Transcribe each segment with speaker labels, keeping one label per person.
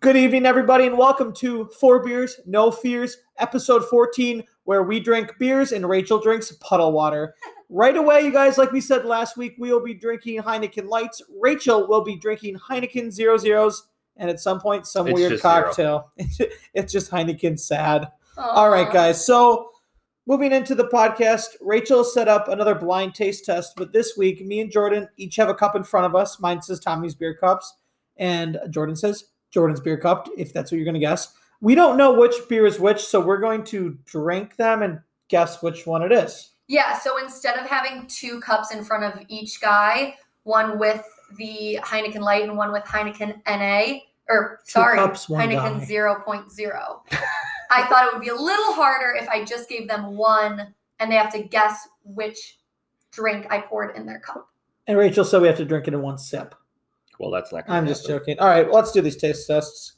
Speaker 1: Good evening, everybody, and welcome to Four Beers, No Fears, episode 14, where we drink beers and Rachel drinks puddle water. Right away, you guys, like we said last week, we will be drinking Heineken Lights. Rachel will be drinking Heineken Zero Zeros, and at some point, some
Speaker 2: It's
Speaker 1: weird
Speaker 2: just zero.
Speaker 1: cocktail. it's just Heineken sad. All right,
Speaker 3: Um,
Speaker 2: Uh-huh.
Speaker 1: guys. So, moving into the podcast, Rachel set up another blind taste test, but this week, me and Jordan each have a cup in front of us. Mine says Tommy's beer cups, and Jordan says Jordan's beer cup. If that's what you're going to guess, we don't know which beer is which, so we're going to drink them and guess which one it is.
Speaker 3: Yeah, so instead of having two cups in front of each guy, one with the Heineken Light and one with Heineken NA, or
Speaker 1: Two
Speaker 3: sorry,
Speaker 1: cups, one
Speaker 3: Heineken
Speaker 1: guy.
Speaker 3: 0.0. I thought it would be a little harder if I just gave them one and they have to guess which drink I poured in their cup.
Speaker 1: And Rachel said we have to drink it in one sip.
Speaker 2: Well, that's not. gonna
Speaker 1: I'm just
Speaker 2: happen.
Speaker 1: joking. All right, well, let's do these taste tests.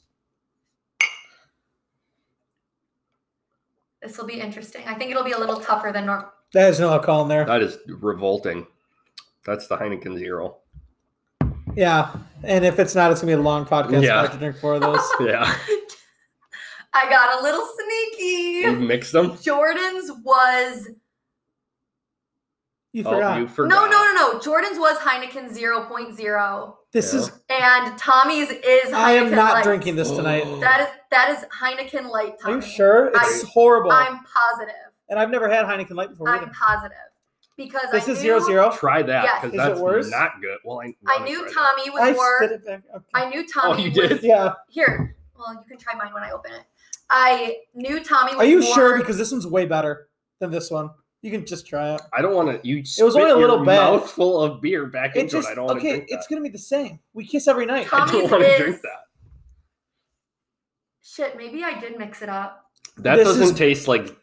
Speaker 3: This will be interesting. I think it'll be a little tougher than normal.
Speaker 1: That is no alcohol in there.
Speaker 2: That is revolting. That's the Heineken Zero.
Speaker 1: Yeah, and if it's not, it's gonna be a long podcast. Yeah. I
Speaker 2: Yeah.
Speaker 1: have to drink four of those.
Speaker 2: Yeah,
Speaker 3: I got a little sneaky.
Speaker 1: Mm.
Speaker 2: you mixed them.
Speaker 3: Jordan's was
Speaker 1: You
Speaker 2: Oh,
Speaker 1: forgot.
Speaker 2: you
Speaker 3: no,
Speaker 2: forgot.
Speaker 3: no, no, no. Jordan's was Heineken 0.0.
Speaker 1: This
Speaker 2: Yeah.
Speaker 1: is.
Speaker 3: And Tommy's is. Heineken
Speaker 1: I am not
Speaker 3: Light.
Speaker 1: drinking this tonight.
Speaker 2: Oh.
Speaker 3: That is that is Heineken Light.
Speaker 1: Are
Speaker 3: Tommy.
Speaker 1: you sure? It's
Speaker 3: I'm-
Speaker 1: horrible.
Speaker 3: I'm positive.
Speaker 1: and I've never had Heineken Light before
Speaker 3: I'm
Speaker 1: either.
Speaker 3: positive because
Speaker 1: This
Speaker 3: I
Speaker 1: is zero
Speaker 3: knew,
Speaker 1: zero.
Speaker 2: Try that
Speaker 3: Yes.
Speaker 1: Is
Speaker 2: because
Speaker 1: it
Speaker 2: that's
Speaker 1: worse?
Speaker 2: not good. Well, I,
Speaker 3: I
Speaker 2: wanna
Speaker 3: knew
Speaker 2: try that.
Speaker 3: Tommy was
Speaker 1: I spit
Speaker 3: more.
Speaker 1: it back. Okay.
Speaker 3: I knew Tommy.
Speaker 2: Oh, you did?
Speaker 3: was-
Speaker 1: yeah.
Speaker 3: here, well, you can try mine when I open it. I knew Tommy. Was
Speaker 1: Are you
Speaker 3: more-
Speaker 1: sure? Because this one's way better than this one. You can just try it.
Speaker 2: I don't want to. You. It
Speaker 1: was only a little bit.
Speaker 2: mouthful of beer back
Speaker 1: It
Speaker 2: into it.
Speaker 1: just
Speaker 2: I don't want to
Speaker 1: okay.
Speaker 2: drink
Speaker 1: It's
Speaker 2: that.
Speaker 1: gonna be the same. We kiss every night.
Speaker 2: I
Speaker 3: Tommy's
Speaker 2: don't want to
Speaker 3: is-
Speaker 2: drink that.
Speaker 3: shit? Maybe I did mix it up.
Speaker 2: That
Speaker 1: This
Speaker 2: doesn't
Speaker 1: is-
Speaker 2: taste like.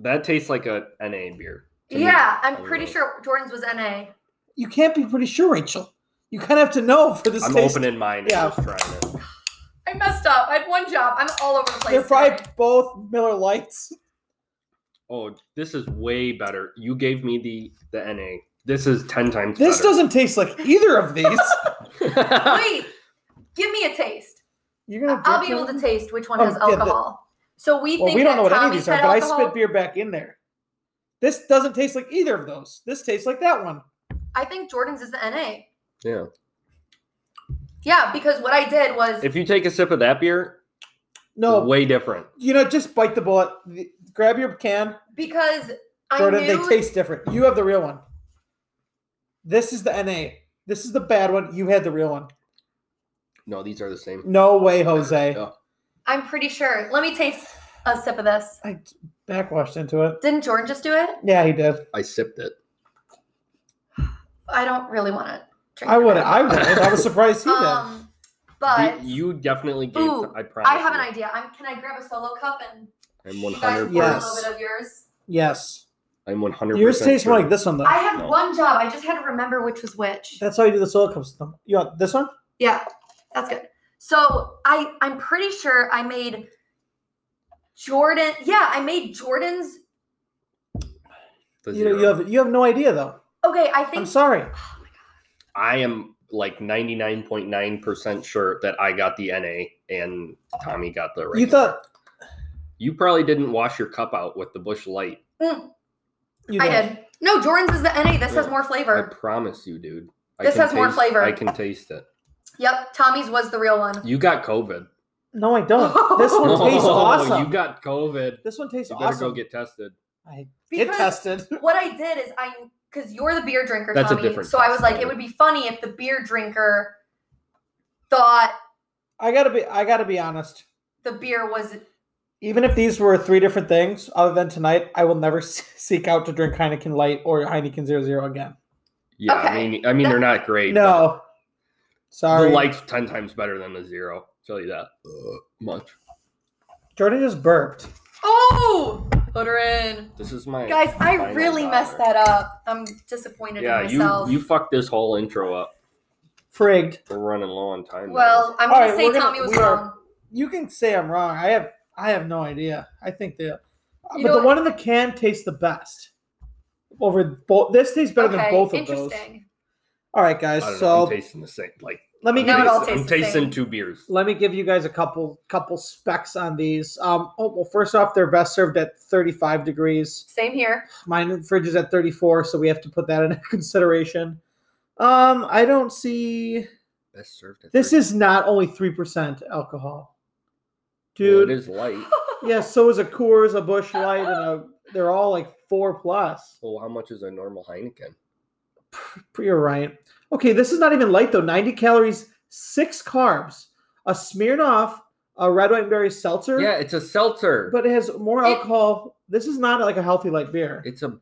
Speaker 2: That tastes like a NA beer. to me.
Speaker 3: Yeah, I'm
Speaker 2: don't
Speaker 3: pretty
Speaker 2: know.
Speaker 3: sure Jordan's was NA.
Speaker 1: You can't be pretty sure, Rachel. You kind of have to know for this
Speaker 2: I'm
Speaker 1: taste.
Speaker 2: opening mine. and
Speaker 1: Yeah.
Speaker 2: just trying it.
Speaker 3: I messed up. I had one job. I'm all over the place.
Speaker 1: They're probably
Speaker 3: today.
Speaker 1: both Miller Lights.
Speaker 2: Oh, this is way better. You gave me the the NA. This is ten times.
Speaker 1: This
Speaker 2: better.
Speaker 1: doesn't taste like either of these.
Speaker 3: Wait, give me a taste.
Speaker 1: You're gonna.
Speaker 3: I'll be
Speaker 1: drink
Speaker 3: able
Speaker 1: them?
Speaker 3: to taste which one
Speaker 1: Oh,
Speaker 3: has
Speaker 1: yeah, the-
Speaker 3: alcohol. so we
Speaker 1: Well,
Speaker 3: think
Speaker 1: we don't
Speaker 3: that
Speaker 1: know what any of
Speaker 3: Tommy's
Speaker 1: these are,
Speaker 3: had
Speaker 1: but I
Speaker 3: alcohol.
Speaker 1: spit beer back in there. This doesn't taste like either of those. This tastes like that one.
Speaker 3: I think Jordan's is the NA.
Speaker 2: yeah.
Speaker 3: Yeah, because what I did was
Speaker 2: If you take a sip of that beer,
Speaker 1: No,
Speaker 2: way different.
Speaker 1: you know, just bite the bullet. The- Grab your can,
Speaker 3: because I
Speaker 1: Jordan. They
Speaker 3: knew
Speaker 1: taste different. You have the real one. This is the NA. This is the bad one. You had the real one.
Speaker 2: No, these are the same.
Speaker 1: No way, Jose.
Speaker 2: Yeah.
Speaker 3: I'm pretty sure. Let me taste a sip of this.
Speaker 1: I backwashed into it.
Speaker 3: Didn't Jordan just do it?
Speaker 1: Yeah, he did.
Speaker 2: I sipped it.
Speaker 3: I don't really want to drink.
Speaker 1: I
Speaker 3: it.
Speaker 1: would. I would. I was surprised he did.
Speaker 3: Um, but
Speaker 2: you, you definitely gave.
Speaker 3: Ooh,
Speaker 2: I promise.
Speaker 3: I have an
Speaker 2: you.
Speaker 3: idea. I'm, can I grab a solo cup and
Speaker 2: I'm
Speaker 3: you guys
Speaker 2: 100.
Speaker 3: pour a
Speaker 1: Yes.
Speaker 3: little bit of yours?
Speaker 1: yes.
Speaker 2: I'm 100.
Speaker 1: Yours tastes more like this one though.
Speaker 3: I had
Speaker 2: No.
Speaker 3: one job. I just had to remember which was which.
Speaker 1: That's how you do the solo cups. with them. You want this one?
Speaker 3: Yeah, that's good. So I I'm pretty sure I made Jordan. Yeah, I made Jordan's.
Speaker 1: You know, you have you have no idea though.
Speaker 3: Okay, I think
Speaker 1: I'm sorry.
Speaker 2: I am like 99.9 percent sure that I got the NA and Tommy got the. Regular.
Speaker 1: You thought
Speaker 2: you probably didn't wash your cup out with the bush light.
Speaker 3: Mm,
Speaker 1: you
Speaker 3: I
Speaker 1: did.
Speaker 3: did. No, Jordan's is the NA. This has
Speaker 2: Yeah.
Speaker 3: more
Speaker 2: I
Speaker 3: flavor.
Speaker 2: promise you, dude. I
Speaker 3: This
Speaker 2: can
Speaker 3: has more
Speaker 2: taste-
Speaker 3: flavor.
Speaker 2: I can taste it.
Speaker 3: Yep, Tommy's was the real one.
Speaker 2: You got COVID.
Speaker 1: No, I don't. This one tastes
Speaker 2: Oh,
Speaker 1: awesome.
Speaker 2: You got COVID.
Speaker 1: this one tastes
Speaker 2: you better
Speaker 1: awesome.
Speaker 2: go get tested.
Speaker 1: I get
Speaker 3: Because
Speaker 1: tested.
Speaker 3: what I did is I because you're the beer drinker,
Speaker 2: That's a
Speaker 3: Tommy.
Speaker 2: different
Speaker 3: so I was
Speaker 2: test,
Speaker 3: like,
Speaker 2: though.
Speaker 3: it would be funny if the beer drinker thought
Speaker 1: I gotta be. I gotta be honest.
Speaker 3: the beer was
Speaker 1: Even if these were three different things, other than tonight, I will never s- seek out to drink Heineken Light or Heineken Zero Zero again.
Speaker 2: Yeah, I
Speaker 3: Okay.
Speaker 2: mean, I mean, they're not great. but
Speaker 1: No, sorry.
Speaker 2: the light's ten times better than the zero. tell you that much.
Speaker 1: Jordan just burped.
Speaker 3: oh put her in.
Speaker 2: This is my
Speaker 3: Guys, I
Speaker 2: final
Speaker 3: really messed
Speaker 2: dollar.
Speaker 3: that up. I'm disappointed
Speaker 2: Yeah,
Speaker 3: in
Speaker 2: you
Speaker 3: myself.
Speaker 2: you fucked this whole intro up.
Speaker 1: Frigged.
Speaker 2: We're running low on time. now.
Speaker 3: Well, I'm
Speaker 1: All
Speaker 3: gonna
Speaker 1: right,
Speaker 3: say
Speaker 1: we're gonna-
Speaker 3: Tommy was
Speaker 1: we are-
Speaker 3: wrong.
Speaker 1: You can say I'm wrong. I have. I have no idea. I think they. But
Speaker 3: You
Speaker 1: the
Speaker 3: know what-
Speaker 1: one in the can tastes the best. Over both. This tastes better
Speaker 3: okay,
Speaker 1: than both of those.
Speaker 3: interesting.
Speaker 1: All right, guys.
Speaker 2: I don't know,
Speaker 1: So
Speaker 2: I'm tasting the same. Like
Speaker 1: Let me
Speaker 2: I'm
Speaker 1: give
Speaker 3: No,
Speaker 1: you,
Speaker 3: it all
Speaker 2: tasting- I'm
Speaker 3: tastes the
Speaker 2: tasting
Speaker 3: same.
Speaker 2: two beers.
Speaker 1: let me give you guys a couple couple specs on these. Um, oh well, first off, they're best served at 35 degrees.
Speaker 3: Same here.
Speaker 1: Mine in the fridge is at 34, so we have to put that into consideration. Um, I don't see.
Speaker 2: Best served. At
Speaker 1: This
Speaker 2: three.
Speaker 1: is not only three percent alcohol,
Speaker 2: Well,
Speaker 1: dude.
Speaker 2: it is light.
Speaker 1: yeah, so is a Coors, a Bush Light, and a. They're all like four plus.
Speaker 2: Well, how much is a normal Heineken?
Speaker 1: You're right. Okay, this is not even light though. 90 calories, six carbs, a Smirnoff, a red white and berry seltzer.
Speaker 2: Yeah, it's a seltzer.
Speaker 1: but it has more
Speaker 3: It-
Speaker 1: alcohol. this is not like a healthy light beer.
Speaker 2: it's a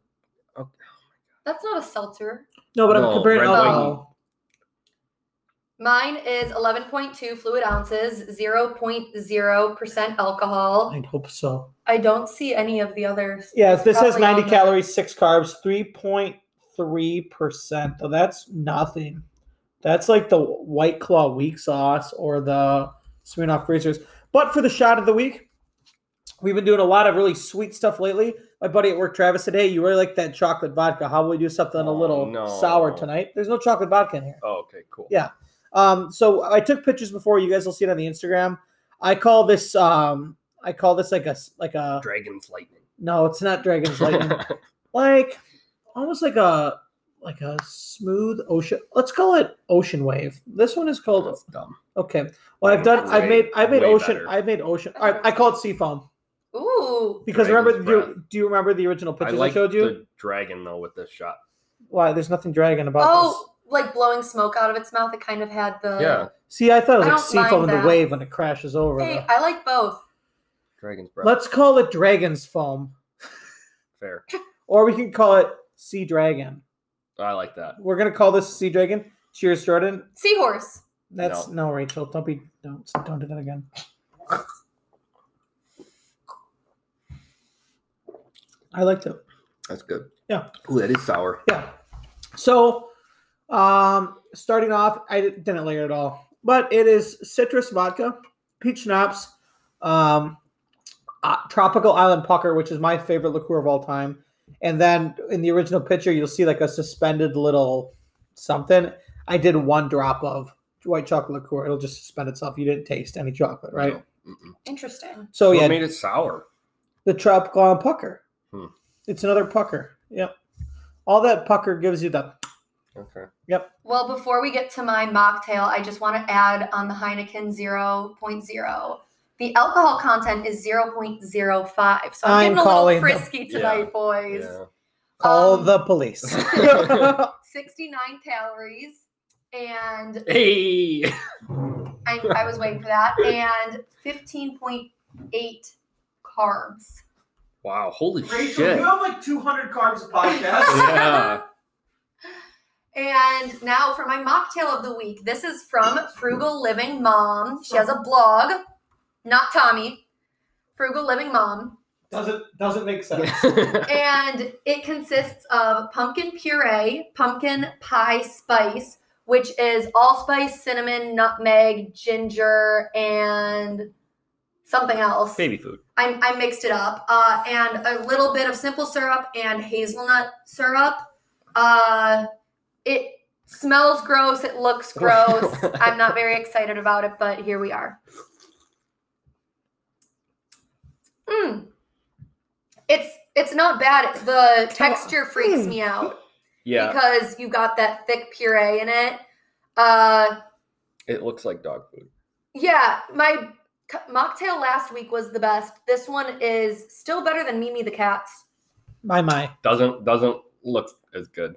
Speaker 3: That's not a seltzer.
Speaker 1: no, but I'm
Speaker 2: No,
Speaker 1: comparing
Speaker 2: red
Speaker 3: wine-
Speaker 1: alcohol.
Speaker 3: Mine is 11.2 fluid ounces, 0.0% alcohol.
Speaker 1: I hope so.
Speaker 3: I don't see any of the others.
Speaker 1: Yes, this has
Speaker 3: Probably
Speaker 1: 90
Speaker 3: on the-
Speaker 1: calories, six carbs, 3.3%. So that's nothing. That's like the White Claw weak sauce or the Smirnoff freezers. But for the shot of the week, we've been doing a lot of really sweet stuff lately. My buddy at work, Travis, said, Hey, you really like that chocolate vodka. How about we do something a
Speaker 2: Oh,
Speaker 1: little
Speaker 2: no.
Speaker 1: sour tonight? There's no chocolate vodka in here.
Speaker 2: oh, okay, cool.
Speaker 1: Yeah. Um, so I took pictures before. You guys will see it on the Instagram. I call this um, I call this like a s- like a
Speaker 2: Dragon's lightning.
Speaker 1: no, it's not dragon's lightning. like almost like a like a smooth ocean. Let's call it ocean wave. This one is called
Speaker 2: That's dumb.
Speaker 1: okay. Well, I've done. I've
Speaker 2: Way-
Speaker 1: made. I've made
Speaker 2: way
Speaker 1: ocean.
Speaker 2: better.
Speaker 1: I've made ocean. All right, I call it sea foam
Speaker 3: Ooh.
Speaker 1: because
Speaker 2: Dragon's
Speaker 1: remember. Do you,
Speaker 2: breath.
Speaker 1: do you remember the original
Speaker 2: I
Speaker 1: pictures I,
Speaker 2: like
Speaker 1: showed you?
Speaker 2: the dragon though with this shot.
Speaker 1: Why? There's nothing dragon about
Speaker 3: Oh, like blowing smoke out of its mouth. It kind of had the.
Speaker 2: Yeah,
Speaker 1: this. See, I thought it was
Speaker 3: I
Speaker 1: like
Speaker 3: don't
Speaker 1: sea foam
Speaker 3: mind
Speaker 1: in the
Speaker 3: that.
Speaker 1: wave when it crashes over.
Speaker 3: Hey,
Speaker 1: the-
Speaker 3: I like both.
Speaker 2: dragon's breath.
Speaker 1: Let's call it dragon's foam.
Speaker 2: Fair.
Speaker 1: or we can call it Sea Dragon.
Speaker 2: I like that.
Speaker 1: We're gonna call this Sea Dragon. Cheers, Jordan.
Speaker 3: Seahorse.
Speaker 1: That's no, Rachel. Don't be don't don't do that again. I liked it.
Speaker 2: That's good.
Speaker 1: Yeah.
Speaker 2: Ooh, that is sour.
Speaker 1: Yeah. So, um, starting off, I di- didn't layer it all, but it is citrus vodka, peach schnapps, um, uh, tropical island pucker, which is my favorite liqueur of all time. And then in the original picture, you'll see like a suspended little something. I did one drop of white chocolate liqueur. It'll just suspend itself. You didn't taste any chocolate, right?
Speaker 2: No. Mm-mm.
Speaker 3: Interesting.
Speaker 1: So
Speaker 2: what
Speaker 1: Oh, yeah,
Speaker 2: made it sour?
Speaker 1: the tropical island pucker.
Speaker 2: Hmm.
Speaker 1: It's another pucker. Yep. All that pucker gives you the
Speaker 2: Okay.
Speaker 3: Well, before we get to my mocktail, I just want to add on the Heineken 0.0. The alcohol content is 0.05. So I'm,
Speaker 1: I'm
Speaker 3: getting a
Speaker 1: calling
Speaker 3: little
Speaker 1: them.
Speaker 3: frisky tonight, boys.
Speaker 2: Yeah.
Speaker 1: Call
Speaker 3: Um,
Speaker 1: the police.
Speaker 3: 69 calories. And
Speaker 2: Hey.
Speaker 3: I, I was waiting for that. And 15.8 carbs.
Speaker 2: Wow. Holy shit.
Speaker 1: have like 200 carbs a podcast.
Speaker 2: yeah.
Speaker 3: And now for my mocktail of the week. This is from Frugal Living Mom. She has a blog, not Tommy. Frugal Living Mom.
Speaker 1: doesn't doesn't make sense.
Speaker 3: And it consists of pumpkin puree, pumpkin pie spice, which is allspice, cinnamon, nutmeg, ginger, and something else.
Speaker 2: Baby food.
Speaker 3: I, I mixed it up, uh, and a little bit of simple syrup and hazelnut syrup. Uh, it smells gross. It looks gross. I'm not very excited about it, but here we are. Mm. It's it's not bad. The texture freaks me out
Speaker 2: Yeah.
Speaker 3: because you got that thick puree in it. Uh,
Speaker 2: it looks like dog food.
Speaker 3: yeah, my c- mocktail last week was the best. This one is still better than Mimi the Cat's.
Speaker 1: my my.
Speaker 2: Doesn't doesn't look as good.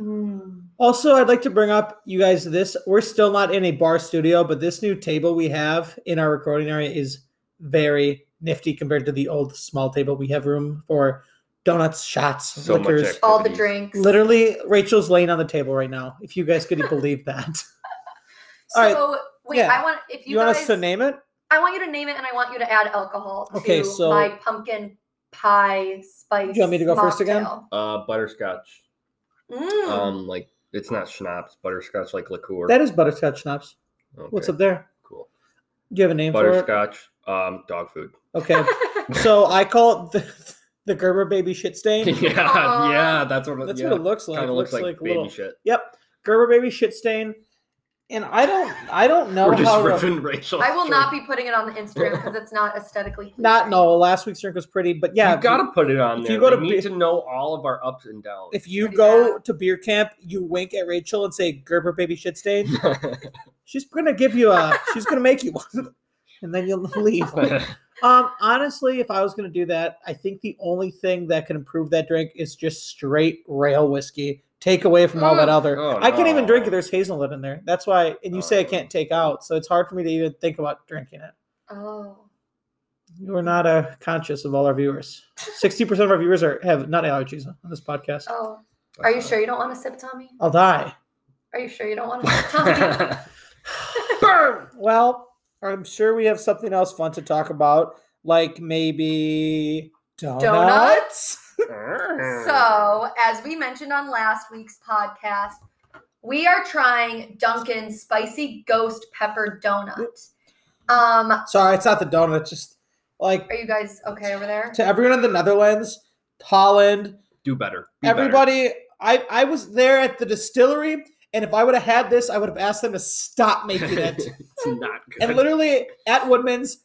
Speaker 1: Mm. Also, I'd like to bring up you guys this we're still not in a bar studio, but this new table we have in our recording area is very nifty compared to the old small table we have room for donuts, shots,
Speaker 2: So much
Speaker 1: liquors.
Speaker 2: extra.
Speaker 3: All the
Speaker 2: Activities.
Speaker 3: drinks.
Speaker 1: Literally Rachel's laying on the table right now. If you guys could believe that.
Speaker 3: So
Speaker 1: all right,
Speaker 3: wait,
Speaker 1: yeah.
Speaker 3: I want if
Speaker 1: You,
Speaker 3: you,
Speaker 1: want
Speaker 3: guys,
Speaker 1: us to name it?
Speaker 3: I want you to name it, and I want you to add alcohol
Speaker 1: Okay,
Speaker 3: to
Speaker 1: so-
Speaker 3: my pumpkin pie spice.
Speaker 1: Do you want me to go first again?
Speaker 3: mocktail.
Speaker 2: Uh, butterscotch.
Speaker 3: Mm.
Speaker 2: Um, like it's not schnapps. Butterscotch like liqueur.
Speaker 1: That is butterscotch schnapps.
Speaker 2: okay,
Speaker 1: What's up there?
Speaker 2: Cool.
Speaker 1: Do you have a name for it?
Speaker 2: Butterscotch. Um, dog food.
Speaker 1: Okay. So I call it the, the Gerber baby shit
Speaker 2: yeah.
Speaker 1: stain.
Speaker 2: Yeah. That's what. it-
Speaker 1: That's
Speaker 2: yeah.
Speaker 1: what it looks like.
Speaker 2: Kind of looks, like, baby
Speaker 1: little
Speaker 2: shit.
Speaker 1: Gerber baby shit stain. And I don't, I don't know
Speaker 2: We're just
Speaker 1: how.
Speaker 2: ripping Rachel.
Speaker 3: I will not be putting it on the Instagram because it's not aesthetically.
Speaker 1: Not no. Last week's drink was pretty, but yeah,
Speaker 2: Yeah, you
Speaker 1: if
Speaker 2: gotta put it on
Speaker 1: if
Speaker 2: there.
Speaker 1: you go to
Speaker 2: they
Speaker 1: be-
Speaker 2: need to know all of our ups and downs.
Speaker 1: If you
Speaker 3: Pretty
Speaker 1: go
Speaker 3: bad.
Speaker 1: to beer camp, you wink at Rachel and say "Gerber baby shit stain." She's gonna give you a. She's gonna make you one, and then you'll leave. Um, honestly, if I was gonna do that, I think the only thing that can improve that drink is just straight rail whiskey. Take away from all that
Speaker 3: Mm.
Speaker 1: other.
Speaker 2: Oh,
Speaker 1: I can't even drink it.
Speaker 2: no.
Speaker 1: There's hazelnut in there. That's why. And you say I can't take out, so it's hard for me to even think about drinking it.
Speaker 3: Oh.
Speaker 1: We're not uh, conscious of all our viewers. Sixty percent of our viewers are have nut allergies on this podcast.
Speaker 3: Oh. Are you sure you don't want to sip, Tommy?
Speaker 1: I'll die.
Speaker 3: Are you sure you don't want to sip, Tommy?
Speaker 1: Burn. Well, I'm sure we have something else fun to talk about, like maybe donuts.
Speaker 3: so, as we mentioned on last week's podcast, we are trying Dunkin's spicy ghost pepper donut. Um,
Speaker 1: Sorry, it's not the donut. It's just like
Speaker 3: are you guys okay over there?
Speaker 1: to everyone in the Netherlands, Holland,
Speaker 2: do better. Be better.
Speaker 1: everybody. I I was there at the distillery, and if I would have had this, I would have asked them to stop making it.
Speaker 2: it's not good.
Speaker 1: and literally at Woodman's,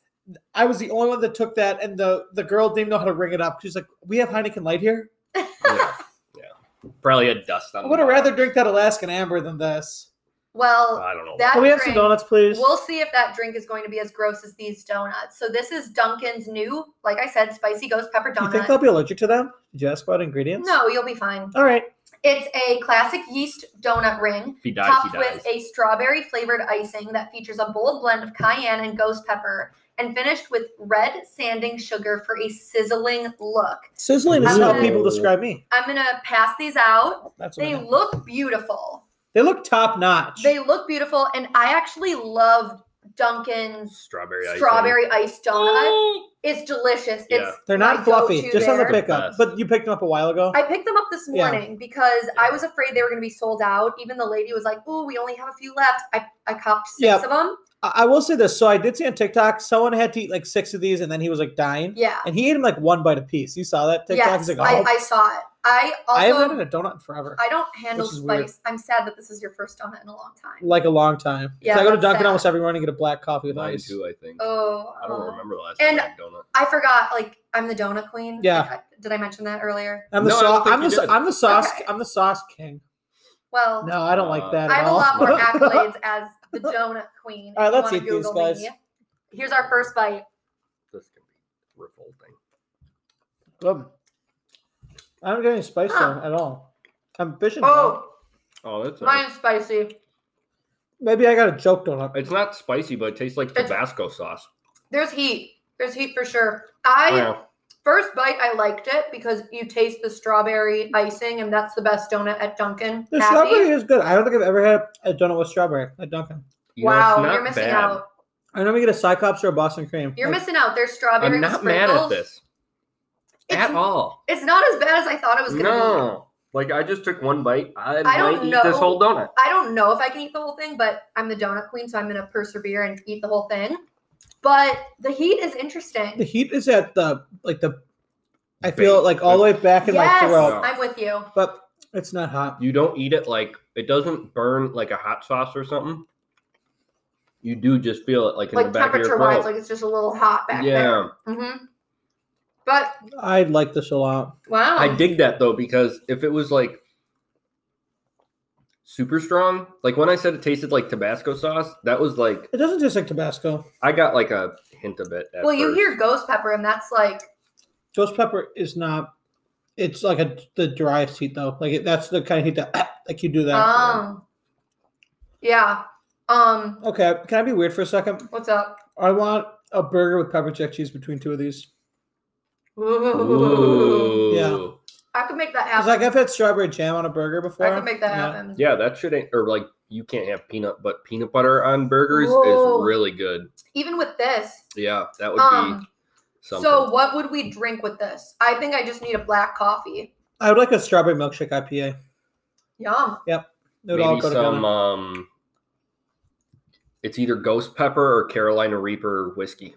Speaker 1: I was the only one that took that, and the the girl didn't know how to ring it up. She's like, "We have Heineken Light here."
Speaker 2: yeah. yeah. Probably had dust on
Speaker 1: I
Speaker 2: the
Speaker 1: would have
Speaker 2: bottom.
Speaker 1: rather drink that Alaskan Amber than this.
Speaker 3: Well,
Speaker 2: I don't know.
Speaker 3: That-
Speaker 1: Can we have some
Speaker 3: drink
Speaker 1: donuts, please?
Speaker 3: we'll see if that drink is going to be as gross as these donuts. So, this is Dunkin's new, like I said, spicy ghost pepper
Speaker 1: Do you think
Speaker 3: donut.
Speaker 1: they'll be allergic to them? Did you ask about ingredients?
Speaker 3: No, you'll be fine.
Speaker 1: All right.
Speaker 3: It's a classic yeast donut ring.
Speaker 2: if he dies, he
Speaker 3: topped
Speaker 2: dies.
Speaker 3: with a strawberry flavored icing that features a bold blend of cayenne and ghost pepper, and finished with red sanding sugar for a sizzling look.
Speaker 1: Sizzling is
Speaker 3: I'm
Speaker 1: how
Speaker 3: gonna-
Speaker 1: people describe me.
Speaker 3: I'm gonna pass these out.
Speaker 1: That's what I
Speaker 3: They
Speaker 1: know.
Speaker 3: look beautiful.
Speaker 1: They look top notch.
Speaker 3: They look beautiful, and I actually love Dunkin's
Speaker 2: strawberry. icing.
Speaker 3: strawberry iced donut. It's delicious.
Speaker 2: Yeah.
Speaker 3: It's
Speaker 1: Oh. They're not
Speaker 3: my
Speaker 1: fluffy,
Speaker 3: go-to
Speaker 1: just on the
Speaker 3: there.
Speaker 1: pickup.
Speaker 2: Yes.
Speaker 1: But you picked them up a while ago.
Speaker 3: I picked them up this
Speaker 1: Yeah.
Speaker 3: morning because I was afraid they were going to be sold out. Even the lady was like, "Oh, we only have a few left." I, I copped six
Speaker 1: Yep.
Speaker 3: of them.
Speaker 1: I, I will say this. So I did see on TikTok someone had to eat like six of these, and then he was like dying,
Speaker 3: Yeah.
Speaker 1: and he ate them like one bite a piece. You saw that TikTok?
Speaker 3: yes,
Speaker 1: He's like,
Speaker 3: I,
Speaker 1: "Oh,
Speaker 3: I saw it. I
Speaker 1: I haven't
Speaker 3: also
Speaker 1: had a donut in forever,
Speaker 3: I, don't handle
Speaker 1: Which is
Speaker 3: spice.
Speaker 1: weird.
Speaker 3: I'm sad that this is your first donut in a long time.
Speaker 1: like a long time. 'Cause
Speaker 3: Yeah,
Speaker 1: I go to
Speaker 3: that's
Speaker 1: Dunkin'
Speaker 3: sad.
Speaker 1: almost every morning and get a black coffee with
Speaker 2: Mine
Speaker 1: ice.
Speaker 2: too, I think.
Speaker 3: Oh,
Speaker 2: I don't
Speaker 3: uh,
Speaker 2: remember the last
Speaker 3: And-
Speaker 2: time I had donut.
Speaker 3: I forgot. Like I'm the donut queen.
Speaker 1: Yeah.
Speaker 3: Like, I- did I mention that earlier?
Speaker 1: I'm the
Speaker 2: No, I
Speaker 1: sauce.
Speaker 2: don't think
Speaker 1: I'm the,
Speaker 2: you
Speaker 1: sa-
Speaker 2: did.
Speaker 1: I'm the sauce.
Speaker 3: Okay.
Speaker 1: I'm the sauce king.
Speaker 3: Well,
Speaker 1: No, I don't like
Speaker 2: Uh,
Speaker 1: that
Speaker 3: I
Speaker 1: at
Speaker 3: have a
Speaker 1: all.
Speaker 3: lot more accolades as the donut queen.
Speaker 1: All right,
Speaker 3: if you
Speaker 1: let's
Speaker 3: wanna
Speaker 1: eat these,
Speaker 3: Google
Speaker 1: guys.
Speaker 3: me. Here's our first bite.
Speaker 2: This can be revolting.
Speaker 1: Good. I don't get any spice
Speaker 3: Huh.
Speaker 1: there at all. I'm fishing. now.
Speaker 3: Oh,
Speaker 2: Oh, it's
Speaker 3: mine's spicy.
Speaker 1: Maybe I got a joke donut.
Speaker 2: it's not spicy, but it tastes like
Speaker 3: It's-
Speaker 2: Tabasco sauce.
Speaker 3: There's heat. There's heat for sure. I
Speaker 2: Oh, Yeah.
Speaker 3: first bite I liked it because you taste the strawberry icing, and that's the best donut at Dunkin'.
Speaker 1: The
Speaker 3: Happy.
Speaker 1: strawberry is good. I don't think I've ever had a donut with strawberry at Dunkin'.
Speaker 2: You know, it's
Speaker 3: Wow,
Speaker 2: not
Speaker 3: you're missing
Speaker 2: bad.
Speaker 3: out.
Speaker 1: I normally get a Cyclops or a Boston cream.
Speaker 3: You're
Speaker 1: Like,
Speaker 3: missing out. There's strawberry.
Speaker 2: I'm
Speaker 3: with
Speaker 2: not mad at
Speaker 3: sprinkles.
Speaker 2: this
Speaker 3: It's,
Speaker 2: at all.
Speaker 3: It's not as bad as I thought it was gonna be.
Speaker 2: No, like I just took one bite. I,
Speaker 3: don't
Speaker 2: might eat this
Speaker 3: know.
Speaker 2: whole donut.
Speaker 3: I don't know if I can eat the whole thing, but I'm the donut queen, so I'm gonna persevere and eat the whole thing. But the heat is
Speaker 1: The
Speaker 3: interesting.
Speaker 1: heat is at the like the. I feel it like all the way back in
Speaker 3: yes,
Speaker 1: like throat,
Speaker 3: I'm with you.
Speaker 1: but it's not hot.
Speaker 2: You don't eat it like it doesn't burn like a hot sauce or something. You do just feel it like in
Speaker 3: like
Speaker 2: the back of your
Speaker 3: temperature
Speaker 2: throat.
Speaker 3: wise, like it's just a little hot back there.
Speaker 2: yeah,
Speaker 3: Mm-hmm. But
Speaker 1: I like this a lot.
Speaker 3: wow,
Speaker 2: I dig that though because if it was like super strong, like when I said it tasted like Tabasco sauce, that was like
Speaker 1: It doesn't taste like Tabasco.
Speaker 2: I got like a hint of it. At
Speaker 3: Well, you
Speaker 2: first.
Speaker 3: hear ghost pepper, and that's like
Speaker 1: Ghost pepper is not. It's like a the driest heat though. Like it, that's the kind of heat that like you do that.
Speaker 3: um, yeah. Um,
Speaker 1: okay, can I be weird for a second?
Speaker 3: what's up?
Speaker 1: I want a burger with pepper jack cheese between two of these.
Speaker 3: Ooh.
Speaker 2: Ooh.
Speaker 1: Yeah.
Speaker 3: I could make that
Speaker 1: It's
Speaker 3: happen.
Speaker 1: like I've had strawberry jam on a burger before.
Speaker 3: I could make that
Speaker 1: Yeah.
Speaker 3: happen.
Speaker 2: Yeah, that shit ain't, or like you can't have peanut, but peanut butter on burgers
Speaker 3: Whoa.
Speaker 2: is really good.
Speaker 3: Even with this.
Speaker 2: Yeah, that would be
Speaker 3: Um,
Speaker 2: something.
Speaker 3: so what would we drink with this? I think I just need a black coffee.
Speaker 1: I would like a strawberry milkshake IPA. It
Speaker 3: Yum.
Speaker 1: would
Speaker 2: Maybe
Speaker 1: all go
Speaker 2: some.
Speaker 1: together.
Speaker 2: Um, it's either Ghost Pepper or Carolina Reaper whiskey.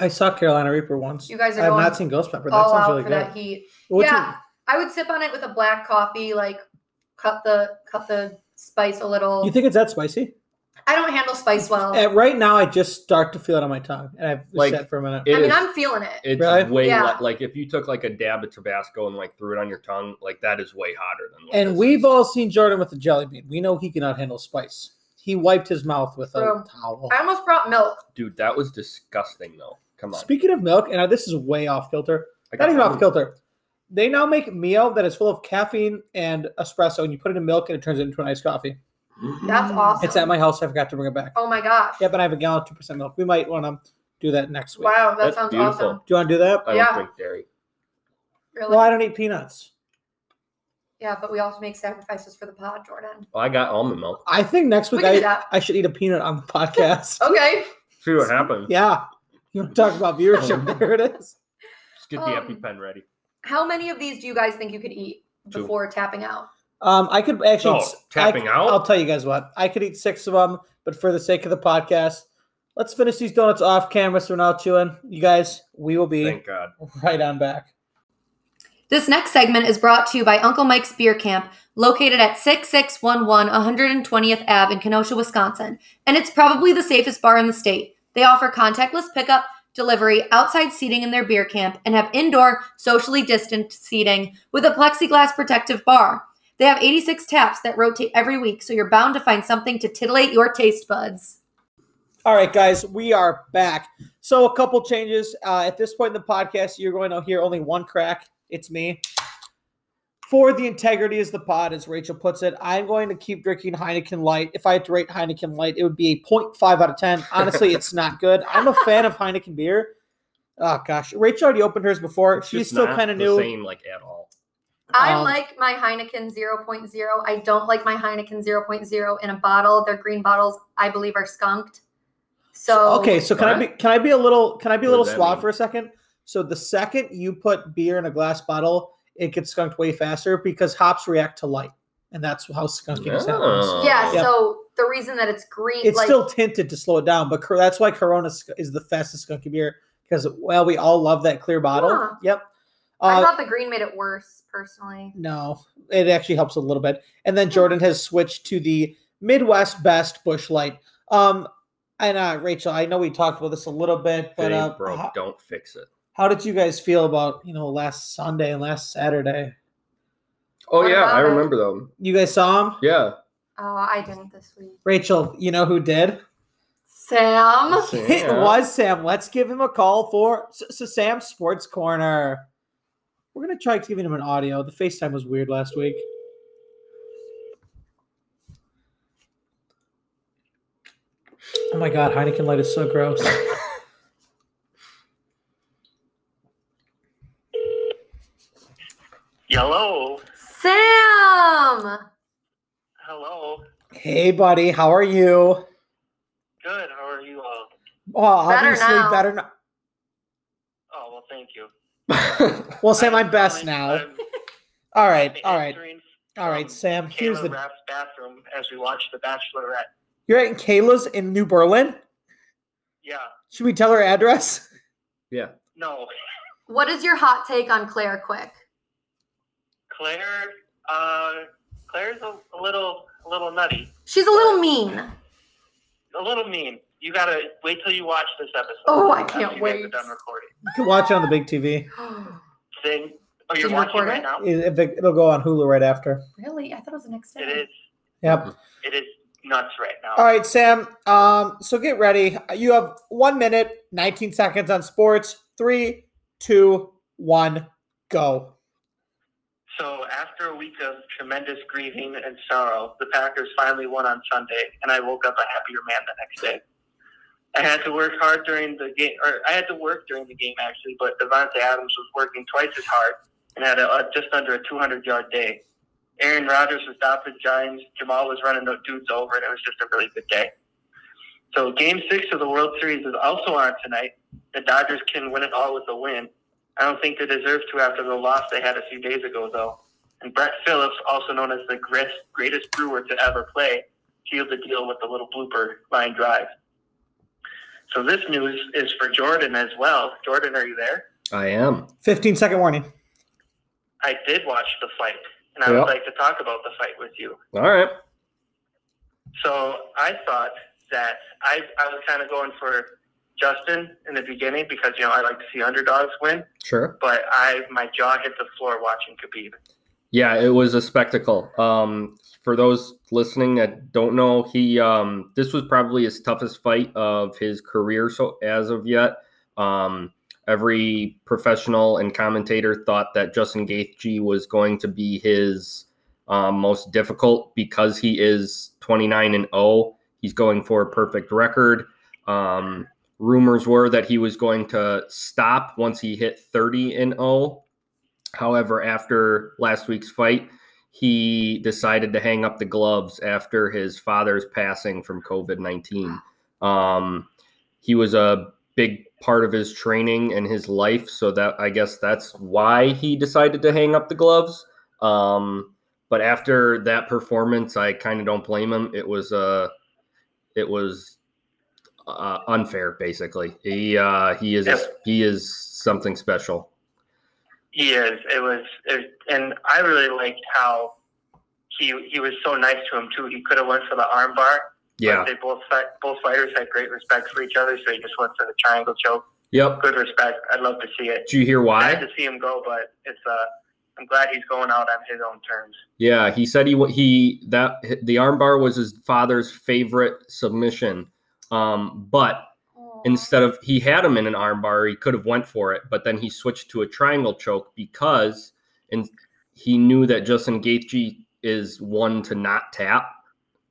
Speaker 1: I saw Carolina Reaper once.
Speaker 3: You guys are
Speaker 1: I have
Speaker 3: going
Speaker 1: not seen Ghost Pepper. That
Speaker 3: all
Speaker 1: sounds
Speaker 3: out
Speaker 1: really
Speaker 3: for
Speaker 1: good.
Speaker 3: that heat.
Speaker 1: What's
Speaker 3: yeah, I would sip on it with a black coffee, like cut the cut the spice a
Speaker 1: your-
Speaker 3: little.
Speaker 1: you think it's that spicy?
Speaker 3: I don't handle spice well.
Speaker 1: And right now, I just start to feel it on my tongue, and I've
Speaker 2: Like,
Speaker 1: sat for a minute.
Speaker 2: it
Speaker 3: I mean,
Speaker 2: is-
Speaker 3: I'm feeling it.
Speaker 2: It's
Speaker 1: Really?
Speaker 2: way
Speaker 3: Yeah.
Speaker 2: li- like if you took like a dab of Tabasco and like threw it on your tongue, like that is way hotter than. What
Speaker 1: and
Speaker 2: this
Speaker 1: we've
Speaker 2: is.
Speaker 1: all seen Jordan with the jelly bean. We know he cannot handle spice. He wiped his mouth with a
Speaker 3: True.
Speaker 1: towel.
Speaker 3: I almost brought milk.
Speaker 2: dude, that was disgusting though. Come on,
Speaker 1: Speaking of milk, and this is way off kilter.
Speaker 2: I got
Speaker 1: Not even off
Speaker 2: hungry.
Speaker 1: kilter. They now make meal that is full of caffeine and espresso, and you put it in milk, and it turns it into an iced coffee.
Speaker 3: That's
Speaker 2: Mm.
Speaker 3: awesome.
Speaker 1: It's at my house. I forgot to bring it back.
Speaker 3: Oh my gosh.
Speaker 1: Yep, and I have a gallon of two percent milk. We might want to do that next week.
Speaker 3: Wow, that
Speaker 2: That's
Speaker 3: sounds
Speaker 2: beautiful.
Speaker 3: awesome.
Speaker 1: Do you want to do that?
Speaker 2: I
Speaker 3: Yeah.
Speaker 2: don't drink dairy.
Speaker 3: Really?
Speaker 1: Well, I don't eat peanuts.
Speaker 3: Yeah, but we also make sacrifices for the pod, Jordan.
Speaker 2: Well, I got almond milk.
Speaker 1: I think next
Speaker 3: We
Speaker 1: week
Speaker 3: can do
Speaker 1: I,
Speaker 3: that. Oh.
Speaker 1: I should eat a peanut on the podcast.
Speaker 3: Okay.
Speaker 2: See what happens.
Speaker 1: Yeah. You want to talk about viewership? there it is.
Speaker 2: Just get the
Speaker 3: Um,
Speaker 2: EpiPen ready.
Speaker 3: How many of these do you guys think you could eat
Speaker 2: Two.
Speaker 3: before tapping out?
Speaker 1: Um, I could actually.
Speaker 2: Oh,
Speaker 1: eat s-
Speaker 2: tapping
Speaker 1: I,
Speaker 2: out?
Speaker 1: I'll tell you guys what. I could eat six of them, but for the sake of the podcast, let's finish these donuts off camera so we're not chewing. You guys, we will be
Speaker 2: Thank God.
Speaker 1: right on back.
Speaker 3: This next segment is brought to you by Uncle Mike's Beer Camp, located at 6611 120th Ave in Kenosha, Wisconsin. And it's probably the safest bar in the state. They offer contactless pickup, delivery, outside seating in their beer camp, and have indoor, socially distant seating with a plexiglass protective bar. They have 86 taps that rotate every week, so you're bound to find something to titillate your taste buds.
Speaker 1: All right, guys, we are back. So, a couple changes. Uh, at this point in the podcast, you're going to hear only one crack. It's me. For the integrity is the pod, as Rachel puts it, I'm going to keep drinking Heineken Light. If I had to rate Heineken Light, it would be a 0.5 out of 10. Honestly, it's not good. I'm a fan of Heineken beer. Oh, gosh. Rachel already opened hers before.
Speaker 2: It's
Speaker 1: She's
Speaker 2: just
Speaker 1: still
Speaker 2: not
Speaker 1: kind of
Speaker 2: the
Speaker 1: new.
Speaker 2: Same like at all.
Speaker 3: I
Speaker 1: Um,
Speaker 3: like my Heineken 0.0. I don't like my Heineken 0.0 in a bottle. Their green bottles, I believe, are skunked. So
Speaker 1: Okay, so can I be can I be a little can I be a
Speaker 2: What
Speaker 1: little
Speaker 2: does that
Speaker 1: suave
Speaker 2: mean?
Speaker 1: for a second? So the second you put beer in a glass bottle, it gets skunked way faster because hops react to light, and that's how skunkiness happens.
Speaker 2: Oh.
Speaker 3: yeah,
Speaker 1: Yeah.
Speaker 3: So the reason that it's green,
Speaker 1: It's
Speaker 3: like
Speaker 1: still tinted to slow it down, but cor- that's why Corona sk- is the fastest skunky beer because well, we all love that clear bottle.
Speaker 3: Huh.
Speaker 1: Yep.
Speaker 3: I
Speaker 1: Uh,
Speaker 3: thought the green made it worse personally.
Speaker 1: no, it actually helps a little bit. And then Jordan has switched to the Midwest best Bush Light. Um, and uh, Rachel, I know we talked about this a little bit,
Speaker 2: If it
Speaker 1: but
Speaker 2: ain't
Speaker 1: uh,
Speaker 2: broke.
Speaker 1: ho-
Speaker 2: don't fix it.
Speaker 1: How did you guys feel about you know last Sunday and last Saturday?
Speaker 2: Oh
Speaker 3: What
Speaker 2: yeah, I
Speaker 3: about it?
Speaker 2: remember them.
Speaker 1: You guys saw him,
Speaker 2: Yeah.
Speaker 3: Oh, I didn't this week.
Speaker 1: Rachel. You know who did?
Speaker 3: Sam,
Speaker 1: It was Sam. Let's give him a call for S- so Sam Sports Corner. We're gonna try giving him an audio. The FaceTime was weird last week. Oh my god, Heineken Light is so gross.
Speaker 4: Hello.
Speaker 3: Sam.
Speaker 4: Hello.
Speaker 1: hey, buddy, how are you?
Speaker 4: Good. How are you all?
Speaker 1: Well,
Speaker 3: Better
Speaker 1: obviously
Speaker 3: now.
Speaker 1: better. No-
Speaker 4: Oh well, thank you.
Speaker 1: well, Sam, I'm best
Speaker 4: I'm-
Speaker 1: now.
Speaker 4: I'm
Speaker 1: All right, all right,
Speaker 4: entering
Speaker 1: all right,
Speaker 4: from
Speaker 1: Sam. Here's
Speaker 4: Kayla
Speaker 1: the
Speaker 4: Rath's bathroom as we watch The Bachelorette.
Speaker 1: You're at Kayla's in New Berlin.
Speaker 4: Yeah.
Speaker 1: Should we tell her address?
Speaker 4: No.
Speaker 3: What is your hot take on Claire Quick?
Speaker 4: Claire. Uh, Claire's a, a little, a little nutty,
Speaker 3: She's a little mean.
Speaker 4: a little mean. You gotta wait till you watch this episode.
Speaker 3: Oh, I
Speaker 4: after
Speaker 3: can't
Speaker 4: you guys are
Speaker 3: wait.
Speaker 4: done recording.
Speaker 1: You can watch it on the big TV.
Speaker 4: Then. Oh,
Speaker 3: Did
Speaker 4: you're
Speaker 3: you
Speaker 4: watching
Speaker 3: record
Speaker 4: right
Speaker 3: it?
Speaker 4: now.
Speaker 1: It, will go on Hulu right after.
Speaker 3: really? I thought it was the next day.
Speaker 4: It is.
Speaker 1: Yep.
Speaker 4: It is nuts right now.
Speaker 1: All right, Sam. Um, so get ready. You have one minute, 19 seconds on sports. Three, two, one, go.
Speaker 4: So after a week of tremendous grieving and sorrow, the Packers finally won on Sunday, and I woke up a happier man the next day. I had to work hard during the game, or I had to work during the game actually, but Devontae Adams was working twice as hard and had a, uh, just under a 200 yard day. Aaron Rodgers was stopping Giants. Jamal was running those dudes over, and it was just a really good day. So Game Six of the World Series is also on tonight. The Dodgers can win it all with a win. I don't think they deserve to after the loss they had a few days ago, though. And Brett Phillips, also known as the greatest, greatest brewer to ever play, sealed the deal with the little blooper line drive. So this news is for Jordan as well. Jordan, are you there?
Speaker 2: I am.
Speaker 1: 15 second warning.
Speaker 4: I did watch the fight, and I
Speaker 2: Yeah.
Speaker 4: would like to talk about the fight with you.
Speaker 2: All right.
Speaker 4: So I thought that I, I was kind of going for Justin in the beginning because, you know, I like to see underdogs win,
Speaker 2: Sure.
Speaker 4: but I my jaw hit the floor watching Khabib.
Speaker 2: Yeah, it was a spectacle. Um, for those listening that don't know, he um, this was probably his toughest fight of his career so as of yet. Um, every professional and commentator thought that Justin Gaethje was going to be his um, most difficult because he is 29 and 0. He's going for a perfect record. Um, rumors were that he was going to stop once he hit 30 and oh. 0. However, after last week's fight, he decided to hang up the gloves after his father's passing from COVID 19. Um, he was a big part of his training and his life, so that I guess that's why he decided to hang up the gloves. Um, but after that performance, I kind of don't blame him. It was uh, it was uh, unfair, basically. He uh, he is
Speaker 4: Yeah.
Speaker 2: he is something special.
Speaker 4: He is. It was, it, and I really liked how he he was so nice to him too. He could have went for the armbar.
Speaker 2: Yeah.
Speaker 4: But they both fi- both fighters had great respect for each other, so he just went for the triangle choke.
Speaker 2: Yep.
Speaker 4: Good respect. I'd love to see it.
Speaker 2: Do you hear
Speaker 4: I
Speaker 2: why?
Speaker 4: had to see him go, but it's uh, I'm glad he's going out on his own terms.
Speaker 2: Yeah, he said he wa- he that the armbar was his father's favorite submission. Um, but instead of he had him in an armbar, he could have went for it, but then he switched to a triangle choke because and he knew that Justin Gaethje is one to not tap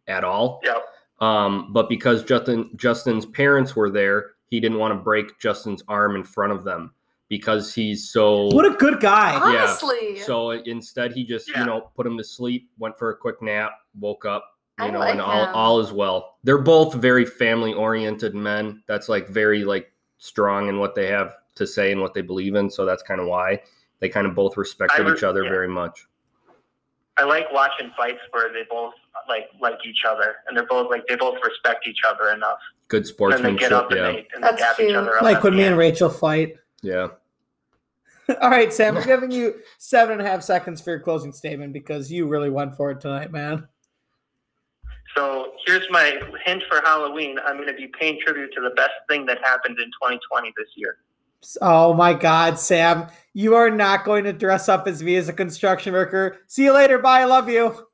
Speaker 2: at all.
Speaker 4: Yep.
Speaker 2: Um, but because Justin Justin's parents were there, he didn't want to break Justin's arm in front of them because he's so
Speaker 1: What a good guy.
Speaker 2: yeah.
Speaker 3: Honestly,
Speaker 2: so instead, he just
Speaker 4: Yeah.
Speaker 2: you know put him to sleep, went for a quick nap, woke up, you
Speaker 3: I
Speaker 2: know,
Speaker 3: like
Speaker 2: and all
Speaker 3: him.
Speaker 2: all is well. They're both very family oriented men. That's like very like strong in what they have to say and what they believe in. So that's kind of why they kind of both respected
Speaker 4: re-
Speaker 2: each other
Speaker 4: yeah.
Speaker 2: very much.
Speaker 4: I like watching fights where they both like like each other, and they're both like they both respect each other enough.
Speaker 2: Good
Speaker 4: And they get
Speaker 2: sportsmanship,
Speaker 4: up and
Speaker 2: yeah,
Speaker 4: they and they
Speaker 3: That's
Speaker 4: dab each
Speaker 3: cute.
Speaker 4: other up.
Speaker 1: Like
Speaker 4: at
Speaker 1: when
Speaker 4: the
Speaker 1: me and
Speaker 4: end.
Speaker 1: Rachel fight.
Speaker 2: yeah.
Speaker 1: All right, Sam, we're giving you seven and a half seconds for your closing statement because you really went for it tonight, man.
Speaker 4: So here's my hint for Halloween. I'm going to be paying tribute to the best thing that happened in 2020 this year.
Speaker 1: Oh my God, Sam, you are not going to dress up as me as a construction worker. See you later. Bye. I love you.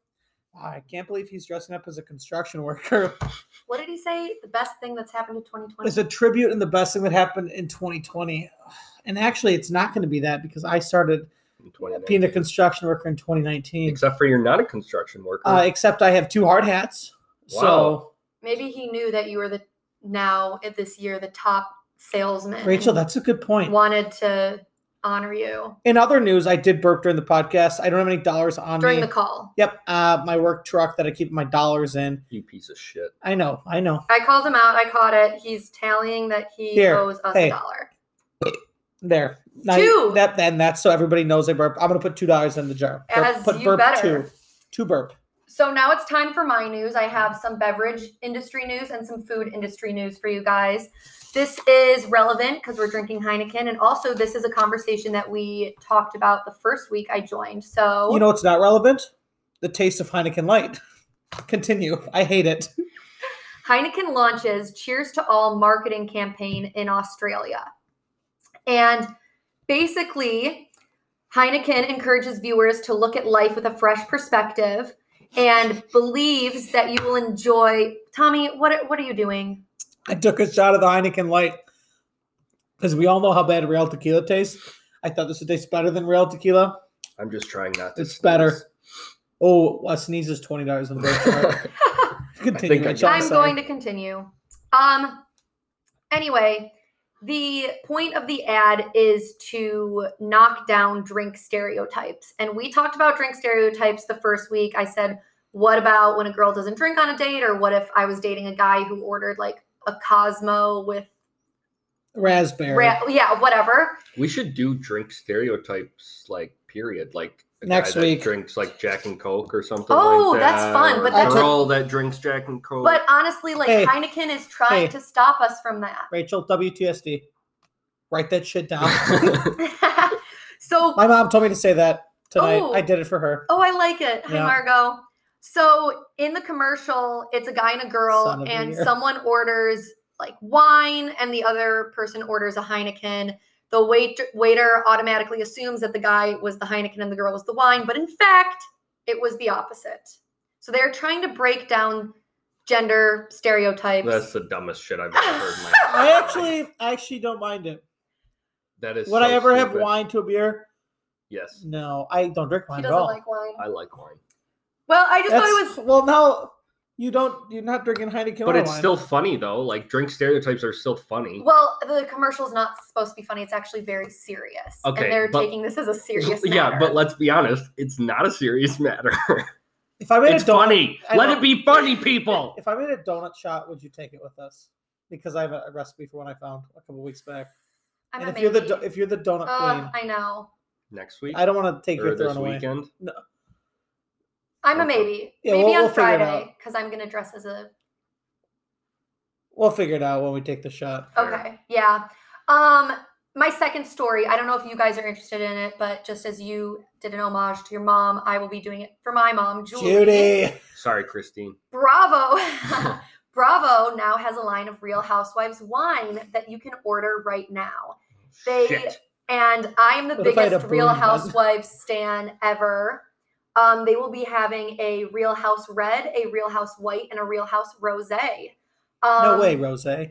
Speaker 1: I can't believe he's dressing up as a construction worker.
Speaker 3: what did he say? The best thing that's happened in 2020.
Speaker 1: It's a tribute and the best thing that happened in 2020. And actually, it's not going to be that because I started
Speaker 2: in 2019.
Speaker 1: being a construction worker in 2019.
Speaker 2: Except for you're not a construction worker.
Speaker 1: Uh, except I have two hard hats.
Speaker 2: Wow.
Speaker 3: Maybe he knew that you were the now at this year the top salesman.
Speaker 1: So, Rachel,
Speaker 3: and
Speaker 1: that's a good point.
Speaker 3: wanted to honor you
Speaker 1: In other news, I did burp during the podcast. I don't have any dollars on me.
Speaker 3: during the call.
Speaker 1: yep, uh, my work truck that I keep my dollars in.
Speaker 2: you piece of shit.
Speaker 1: I know, I know.
Speaker 3: I called him out. I caught it. He's tallying that he
Speaker 1: Here,
Speaker 3: owes us
Speaker 1: hey.
Speaker 3: a dollar.
Speaker 1: There, I-
Speaker 3: Two.
Speaker 1: that and that's so everybody knows I burp. I'm gonna put two dollars in the jar. Burp-
Speaker 3: As
Speaker 1: put
Speaker 3: you
Speaker 1: burp
Speaker 3: better.
Speaker 1: two, two burp.
Speaker 3: So now it's time for my news. I have some beverage industry news and some food industry news for you guys. This is relevant because we're drinking Heineken. And also, this is a conversation that we talked about the first week I joined. So,
Speaker 1: You know what's not relevant? The taste of Heineken Light. Continue. I hate it.
Speaker 3: Heineken launches Cheers to All marketing campaign in Australia. And basically, Heineken encourages viewers to look at life with a fresh perspective and believes that you will enjoy. Tommy, what, what are you doing?
Speaker 1: I took a shot of the Heineken Light because we all know how bad real tequila tastes. I thought this would taste better than real tequila.
Speaker 2: I'm just trying not to.
Speaker 1: It's better. Oh, a sneeze is twenty dollars in the burp jar.
Speaker 2: sneeze.
Speaker 1: Continue.
Speaker 2: I-
Speaker 1: Rachel,
Speaker 2: I'm
Speaker 3: I'm
Speaker 1: sorry.
Speaker 3: going to continue. Um anyway, the point of the ad is to knock down drink stereotypes. And we talked about drink stereotypes the first week. I said, what about when a girl doesn't drink on a date? Or what if I was dating a guy who ordered like a Cosmo with
Speaker 1: raspberry.
Speaker 3: ra- yeah, whatever.
Speaker 2: We should do drink stereotypes, like period, like a
Speaker 1: Next
Speaker 2: guy that
Speaker 1: week.
Speaker 2: drinks like Jack and Coke or something.
Speaker 3: Oh,
Speaker 2: like
Speaker 3: that's
Speaker 2: that,
Speaker 3: fun,
Speaker 2: or
Speaker 3: but
Speaker 2: a
Speaker 1: that's a-
Speaker 2: girl that drinks Jack and Coke.
Speaker 3: But honestly, like
Speaker 1: Hey.
Speaker 3: Heineken is trying
Speaker 1: Hey.
Speaker 3: to stop us from that.
Speaker 1: Rachel, WTSD. Write that shit down.
Speaker 3: so
Speaker 1: My mom told me to say that tonight.
Speaker 3: Oh.
Speaker 1: I did it for her.
Speaker 3: Oh, I like it. Hi,
Speaker 1: Yeah.
Speaker 3: Margot. So in the commercial, it's a guy and a girl,
Speaker 1: Son of a
Speaker 3: and
Speaker 1: year.
Speaker 3: someone orders like wine, and the other person orders a Heineken. The wait- waiter automatically assumes that the guy was the Heineken and the girl was the wine, but in fact, it was the opposite. So they're trying to break down gender stereotypes.
Speaker 2: That's the dumbest shit I've ever heard. in my
Speaker 1: I
Speaker 2: entire life.
Speaker 1: actually, I actually don't mind it.
Speaker 2: that is.
Speaker 1: Would
Speaker 2: so
Speaker 1: I ever have
Speaker 2: stupid.
Speaker 1: wine to a beer?
Speaker 2: Yes,
Speaker 1: No, I don't drink
Speaker 3: he
Speaker 1: wine at
Speaker 3: doesn't
Speaker 1: all.
Speaker 3: like wine.
Speaker 2: I like wine,
Speaker 3: Well, I just thought it
Speaker 1: That's,
Speaker 3: was
Speaker 1: well, now you don't. You're not drinking Heineken.
Speaker 2: but
Speaker 1: or
Speaker 2: it's
Speaker 1: wine.
Speaker 2: still funny though. Like drink stereotypes are still funny.
Speaker 3: Well, the commercial's not supposed to be funny. It's actually very serious.
Speaker 2: Okay,
Speaker 3: and they're
Speaker 2: but-
Speaker 3: taking this as a serious
Speaker 2: yeah,
Speaker 3: matter.
Speaker 2: but let's be honest, it's not a serious matter.
Speaker 1: If I made
Speaker 2: it's
Speaker 1: a donut,
Speaker 2: funny.
Speaker 1: I
Speaker 2: Let
Speaker 1: know.
Speaker 2: it be funny, people.
Speaker 1: If I made a donut shot, would you take it with us? Because I have a a recipe for one I found a couple weeks back.
Speaker 3: I'm Uh,
Speaker 1: and
Speaker 3: a
Speaker 1: if you're the
Speaker 3: baby.
Speaker 1: do- if you're the donut
Speaker 3: Ugh,
Speaker 1: queen,
Speaker 3: Um, I know.
Speaker 2: Next week
Speaker 1: I don't want to take
Speaker 2: or
Speaker 1: your
Speaker 2: this
Speaker 1: throne away.
Speaker 2: weekend.
Speaker 3: I'm a
Speaker 2: Okay.
Speaker 3: maybe.
Speaker 1: Yeah,
Speaker 3: maybe
Speaker 1: we'll- we'll figure
Speaker 3: on
Speaker 1: it
Speaker 3: Friday because I'm gonna dress as a.
Speaker 1: We'll figure it out when we take the shot.
Speaker 2: Fair.
Speaker 3: Okay, yeah. Um, my second story. I don't know if you guys are interested in it, but just as you did an homage to your mom, I will be doing it for my mom, Julie.
Speaker 1: Judy,
Speaker 2: Sorry, Christine.
Speaker 3: Bravo. Bravo now has a line of Real Housewives wine that you can order right now. They
Speaker 2: Shit.
Speaker 3: and I am the
Speaker 1: What if I had a
Speaker 3: biggest Real
Speaker 1: boom button?
Speaker 3: Housewives stan ever. Um, they will be having a Real House Red, a Real House White, and a Real House Rosé. Um,
Speaker 1: no way, Rose.
Speaker 3: And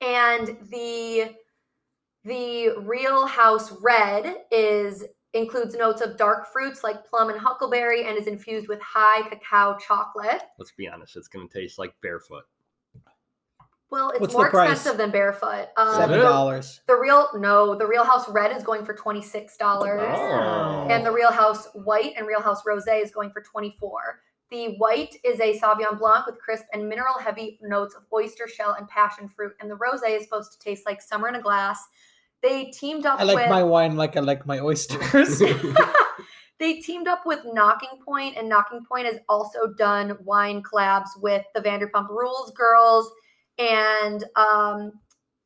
Speaker 3: the the Real House Red is includes notes of dark fruits like plum and huckleberry, and is infused with high cacao chocolate.
Speaker 2: Let's be honest, it's gonna taste like barefoot.
Speaker 3: Well, it's
Speaker 1: What's the
Speaker 3: more
Speaker 1: price?
Speaker 3: expensive than barefoot. Um,
Speaker 1: Seven dollars.
Speaker 3: the real no, the Real House Red is going for twenty six dollars,
Speaker 2: Oh.
Speaker 3: and the Real House White and Real House Rosé is going for twenty four. The white is a Sauvignon Blanc with crisp and mineral heavy notes of oyster shell and passion fruit, and the rosé is supposed to taste like summer in a glass. They teamed up
Speaker 1: I like
Speaker 3: with
Speaker 1: my wine like I like my oysters.
Speaker 3: they teamed up with Knocking Point, and Knocking Point has also done wine collabs with the Vanderpump Rules girls, and um,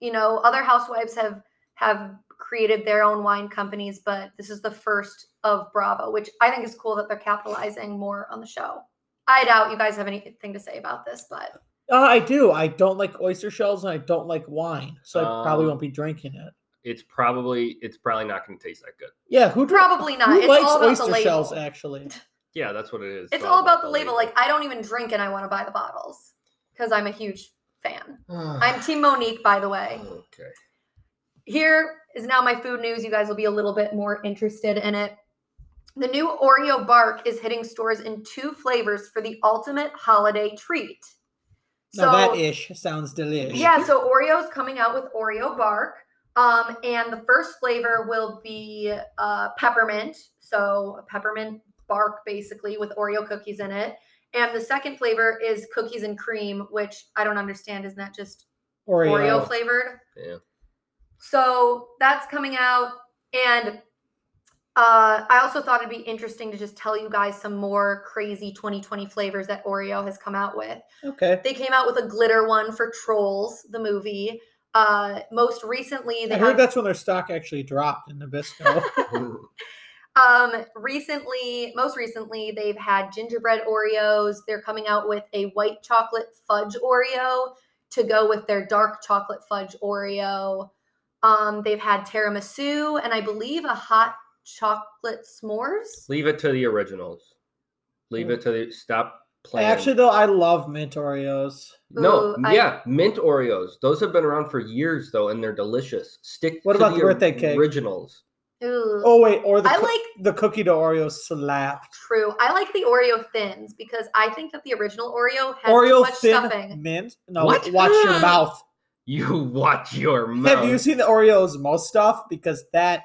Speaker 3: you know other housewives have have created their own wine companies, but this is the first of Bravo, which I think is cool that they're capitalizing more on the show. I doubt you guys have anything to say about this, but
Speaker 1: Uh, I do. I don't like oyster shells and I don't like wine, so I probably
Speaker 2: Um,
Speaker 1: won't be drinking it.
Speaker 2: It's probably it's probably not gonna taste that good.
Speaker 1: Yeah, who dr-
Speaker 3: probably not.
Speaker 1: Who
Speaker 3: it's
Speaker 1: likes
Speaker 3: all about the
Speaker 1: oyster
Speaker 3: label.
Speaker 1: shells? Actually,
Speaker 2: Yeah, that's what it is.
Speaker 3: it's all about the label. Like I don't even drink, and I want to buy the bottles because I'm a huge fan. I'm Team Monique, by the way.
Speaker 2: okay.
Speaker 3: Here is now my food news. You guys will be a little bit more interested in it. The new Oreo bark is hitting stores in two flavors for the ultimate holiday treat.
Speaker 1: now that ish sounds delicious.
Speaker 3: yeah, so Oreo's coming out with Oreo bark. Um, and the first flavor will be uh, peppermint. So a peppermint bark basically with Oreo cookies in it. And the second flavor is cookies and cream, which I don't understand. Isn't that just Oreo,
Speaker 1: Oreo.
Speaker 3: flavored.
Speaker 2: Yeah.
Speaker 3: So that's coming out. And uh, I also thought it'd be interesting to just tell you guys some more crazy 2020 flavors that Oreo has come out with.
Speaker 1: Okay,
Speaker 3: They came out with a glitter one for Trolls, the movie. Uh, most recently, they
Speaker 1: I
Speaker 3: had
Speaker 1: heard that's when their stock actually dropped in Nabisco.
Speaker 3: Um, recently, most recently, they've had gingerbread Oreos. They're coming out with a white chocolate fudge Oreo to go with their dark chocolate fudge Oreo. Um, they've had tiramisu and I believe a hot chocolate s'mores.
Speaker 2: Leave it to the originals. Leave it to the stop playing.
Speaker 1: actually, though, I love mint Oreos.
Speaker 2: no,
Speaker 3: Ooh, I-
Speaker 2: yeah, mint Oreos. Those have been around for years though, and they're delicious. Stick.
Speaker 1: What
Speaker 2: to
Speaker 1: about the birthday cake?
Speaker 2: Originals.
Speaker 3: Ooh.
Speaker 1: Oh wait, or the
Speaker 3: I
Speaker 1: coo-
Speaker 3: like
Speaker 1: the cookie to Oreo slapped.
Speaker 3: true. I like the Oreo thins because I think that the original Oreo has too
Speaker 1: Oreo
Speaker 3: much
Speaker 1: thin
Speaker 3: stuffing.
Speaker 1: mint. No,
Speaker 2: What?
Speaker 1: watch your
Speaker 2: Ah.
Speaker 1: mouth.
Speaker 2: You watch your mouth.
Speaker 1: Have you seen the Oreos most stuff? Because that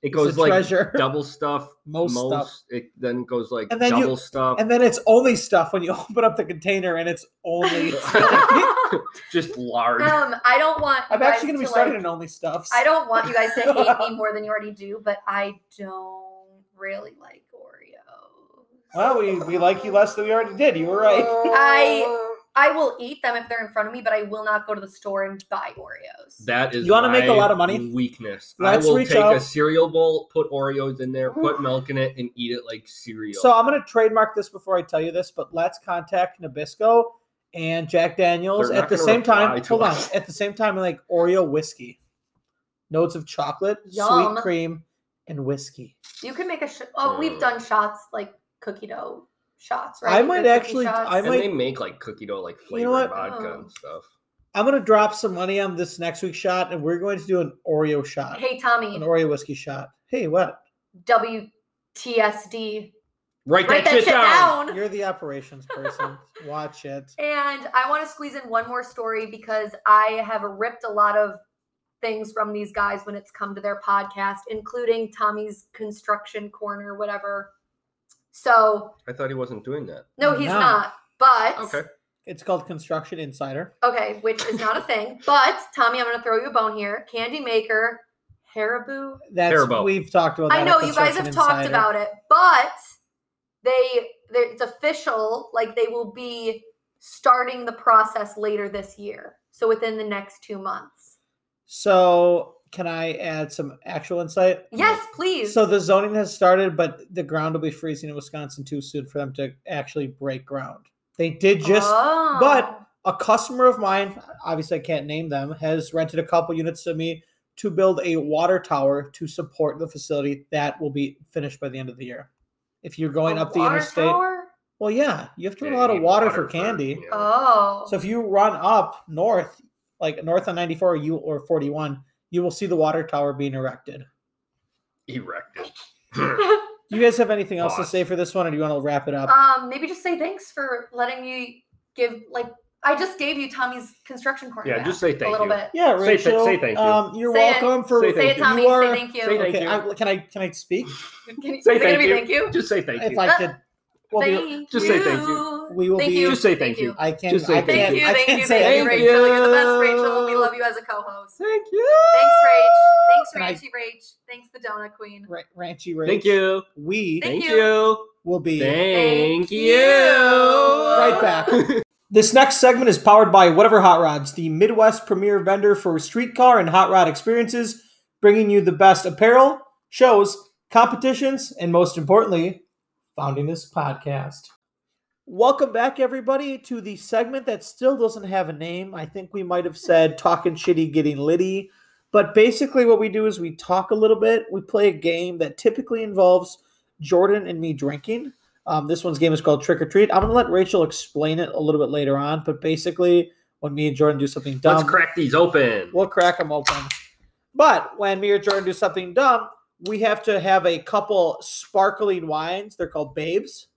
Speaker 2: it
Speaker 1: is
Speaker 2: goes
Speaker 1: a
Speaker 2: like
Speaker 1: treasure.
Speaker 2: double stuff,
Speaker 1: most, stuff.
Speaker 2: It then goes like
Speaker 1: And then you-
Speaker 2: double stuff.
Speaker 1: And then it's only stuff when you open up the container and it's only.
Speaker 2: just large.
Speaker 3: um, I don't want. you
Speaker 1: I'm actually
Speaker 3: guys
Speaker 1: going to be
Speaker 3: to,
Speaker 1: starting
Speaker 3: like,
Speaker 1: an only stuffs.
Speaker 3: I don't want you guys to hate me more than you already do, but I don't really like Oreos. Oh.
Speaker 1: Um, Well, we, we like you less than we already did. You were right.
Speaker 3: I I will eat them if they're in front of me, but I will not go to the store and buy Oreos.
Speaker 2: That is
Speaker 1: You wanna make a
Speaker 2: my
Speaker 1: lot of money?
Speaker 2: Weakness.
Speaker 1: Let's
Speaker 2: I will
Speaker 1: reach
Speaker 2: take
Speaker 1: out.
Speaker 2: a cereal bowl, put Oreos in there, put milk in it, and eat it like cereal.
Speaker 1: So I'm going to trademark this before I tell you this, but let's contact Nabisco and Jack Daniels
Speaker 2: They're not
Speaker 1: at the
Speaker 2: gonna
Speaker 1: same time.
Speaker 2: reply to
Speaker 1: Hold on,
Speaker 2: us.
Speaker 1: at the same time, like Oreo whiskey, notes of chocolate,
Speaker 3: Yum.
Speaker 1: sweet cream, and whiskey.
Speaker 3: You can make a. Sh- oh,
Speaker 2: Mm.
Speaker 3: we've done shots like cookie dough shots,
Speaker 1: I
Speaker 3: right?
Speaker 1: might
Speaker 3: The cookie
Speaker 1: actually-
Speaker 3: shots.
Speaker 1: I
Speaker 2: and
Speaker 1: might-
Speaker 2: they make like cookie dough, like
Speaker 1: You
Speaker 2: flavored
Speaker 1: know what?
Speaker 2: vodka
Speaker 3: Oh.
Speaker 2: and stuff.
Speaker 1: I'm going to drop some money on this next week's shot, and we're going to do an Oreo shot,
Speaker 3: Hey
Speaker 1: an
Speaker 3: Tommy,
Speaker 1: Oreo whiskey shot. Hey, what?
Speaker 3: WTSD.
Speaker 2: Write,
Speaker 3: Write
Speaker 2: that, shit down.
Speaker 1: You're the operations person. Watch it.
Speaker 3: And I want to squeeze in one more story because I have ripped a lot of things from these guys when it's come to their podcast, including Tommy's construction corner, whatever. So
Speaker 2: I thought he wasn't doing that.
Speaker 3: no, he's
Speaker 1: No.
Speaker 3: not. But
Speaker 2: Okay.
Speaker 1: It's called Construction Insider.
Speaker 3: Okay, which is not a thing. But Tommy, I'm gonna throw you a bone here. Candy maker, Haribo.
Speaker 1: That's
Speaker 2: Haribo.
Speaker 1: we've talked about. That
Speaker 3: I
Speaker 1: at
Speaker 3: know you guys
Speaker 1: Construction
Speaker 3: have talked
Speaker 1: Insider.
Speaker 3: about it, but they they- it's official. Like they will be starting the process later this year. So within the next two months.
Speaker 1: So, can I add some actual insight?
Speaker 3: Yes, please.
Speaker 1: So the zoning has started, but the ground will be freezing in Wisconsin too soon for them to actually break ground. They did just
Speaker 3: Oh.
Speaker 1: but- a customer of mine, obviously I can't name them, has rented a couple units to me to build a water tower to support the facility that will be finished by the end of the year. If you're going
Speaker 3: A
Speaker 1: up the
Speaker 3: water
Speaker 1: interstate,
Speaker 3: tower?
Speaker 1: well, yeah, you have to
Speaker 2: Yeah,
Speaker 1: run
Speaker 2: you
Speaker 1: out of
Speaker 2: need
Speaker 1: water, for
Speaker 2: first,
Speaker 1: candy.
Speaker 2: you know.
Speaker 3: Oh.
Speaker 1: So if you run up north, like north on 94 you or 41, you will see the water tower being erected.
Speaker 2: Erected.
Speaker 1: Do you guys have anything else to
Speaker 2: Pause.
Speaker 1: say for this one, or do you want to wrap it up?
Speaker 3: um, maybe just say thanks for letting you give like I just gave you Tommy's construction corner.
Speaker 2: Yeah,
Speaker 3: back
Speaker 2: just say thank
Speaker 3: a little
Speaker 2: you.
Speaker 3: bit.
Speaker 1: Yeah,
Speaker 2: Say th-
Speaker 1: Rachel.
Speaker 2: say thank you.
Speaker 1: Um, you're
Speaker 3: Say it.
Speaker 1: welcome for.
Speaker 2: Say
Speaker 3: Say it,
Speaker 2: thank you.
Speaker 3: Tommy.
Speaker 1: You are-
Speaker 3: say thank you.
Speaker 2: Say thank
Speaker 1: okay,
Speaker 2: you.
Speaker 1: I, can I can I speak?
Speaker 3: Can you,
Speaker 2: Say
Speaker 3: is it gonna
Speaker 2: thank
Speaker 3: be
Speaker 2: you.
Speaker 3: thank you?
Speaker 2: Just say thank
Speaker 1: if
Speaker 2: you.
Speaker 1: I could, we'll be-
Speaker 3: thank
Speaker 2: Just say thank you.
Speaker 1: We will
Speaker 3: Thank
Speaker 1: be-
Speaker 3: you.
Speaker 2: Just say thank you.
Speaker 1: I can.
Speaker 2: Just say
Speaker 1: I
Speaker 2: thank
Speaker 1: can't,
Speaker 3: Thank you,
Speaker 1: I
Speaker 3: thank
Speaker 1: can't
Speaker 3: you,
Speaker 1: say
Speaker 3: thank you,
Speaker 1: anything.
Speaker 3: Rachel. You're the best, Rachel. We love you as a co-host.
Speaker 2: Thank you.
Speaker 3: Thanks, Rach.
Speaker 1: Can I-
Speaker 3: Thanks, Rachy Rach. Thanks, the donut queen.
Speaker 1: Ra- Ranchy Rach.
Speaker 2: Thank you.
Speaker 1: We
Speaker 3: Thank
Speaker 2: Thank
Speaker 3: you.
Speaker 2: you.
Speaker 1: will be
Speaker 2: Thank
Speaker 3: Thank
Speaker 2: you.
Speaker 3: you.
Speaker 1: right back. This next segment is powered by Whatever Hot Rods, the Midwest premier vendor for streetcar and hot rod experiences, bringing you the best apparel, shows, competitions, and most importantly, founding this podcast. Welcome back, everybody, to the segment that still doesn't have a name. I think we might have said talking shitty, getting litty. But basically, what we do is we talk a little bit. We play a game that typically involves Jordan and me drinking. Um, this one's game is called Trick or Treat. I'm gonna let Rachel explain it a little bit later on, but basically, when me and Jordan do something dumb,
Speaker 2: Let's crack these open.
Speaker 1: we'll crack them open. But when me or Jordan do something dumb, we have to have a couple sparkling wines. They're called Babes.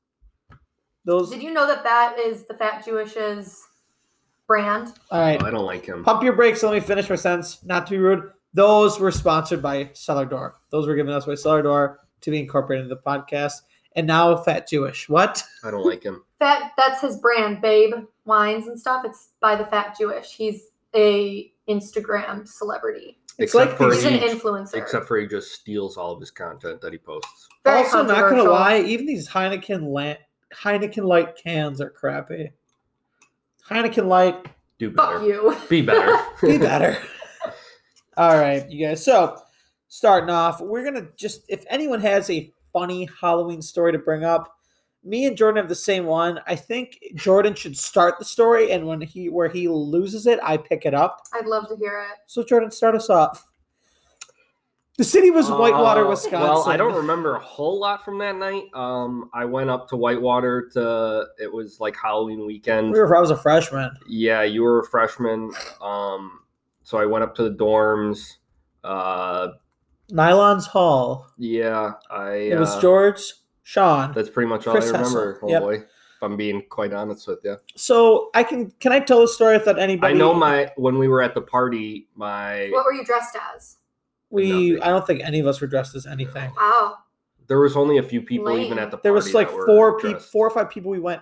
Speaker 1: Those.
Speaker 3: Did you know that that is the Fat Jewish's brand?
Speaker 1: All right.
Speaker 2: Oh, I don't like him.
Speaker 1: Pump your brakes. Let me finish my sentence. Not to be rude. Those were sponsored by Cellar Door. Those were given us by Cellar Door to be incorporated into the podcast. And now Fat Jewish. What?
Speaker 2: I don't like him.
Speaker 3: Fat that's his brand, Babe Wines and stuff. It's by the Fat Jewish. He's a Instagram celebrity.
Speaker 1: It's
Speaker 2: Except
Speaker 1: like
Speaker 2: for
Speaker 1: these-
Speaker 3: He's an
Speaker 2: he-
Speaker 3: influencer.
Speaker 2: Except for he just steals all of his content that he posts.
Speaker 3: Very
Speaker 1: also, not gonna
Speaker 3: controversial.
Speaker 1: lie, even these Heineken la- Heineken light cans are crappy. Heineken light,
Speaker 2: Do
Speaker 3: Fuck
Speaker 2: better.
Speaker 3: you.
Speaker 2: Be better.
Speaker 1: be better. All right, you guys. So, starting off, we're gonna just if anyone has a funny Halloween story to bring up, me and Jordan have the same one. I think Jordan should start the story, and when he where he loses it, I pick it up.
Speaker 3: I'd love to hear it.
Speaker 1: So, Jordan, start us off. The city was Whitewater,
Speaker 2: Uh,
Speaker 1: Wisconsin.
Speaker 2: Well, I don't remember a whole lot from that night. Um, I went up to Whitewater to it was like Halloween weekend.
Speaker 1: We were, I was a freshman.
Speaker 2: yeah, you were a freshman. Um, so I went up to the dorms. Uh,
Speaker 1: Nylon's Hall.
Speaker 2: yeah, I.
Speaker 1: It was
Speaker 2: uh,
Speaker 1: George, Sean.
Speaker 2: That's pretty much all
Speaker 1: Chris
Speaker 2: I remember.
Speaker 1: Hessel.
Speaker 2: Oh
Speaker 1: Yep.
Speaker 2: boy, if I'm being quite honest with you.
Speaker 1: So I can can I tell a story without anybody?
Speaker 2: I know my when we were at the party, my
Speaker 3: What were you dressed as?
Speaker 1: we.
Speaker 2: nothing.
Speaker 1: I don't think any of us were dressed as anything.
Speaker 3: Wow.
Speaker 2: there was only a few people even
Speaker 3: Lame.
Speaker 2: at the party.
Speaker 1: There was like
Speaker 2: that were
Speaker 1: four people,
Speaker 2: dressed.
Speaker 1: four or five people we went,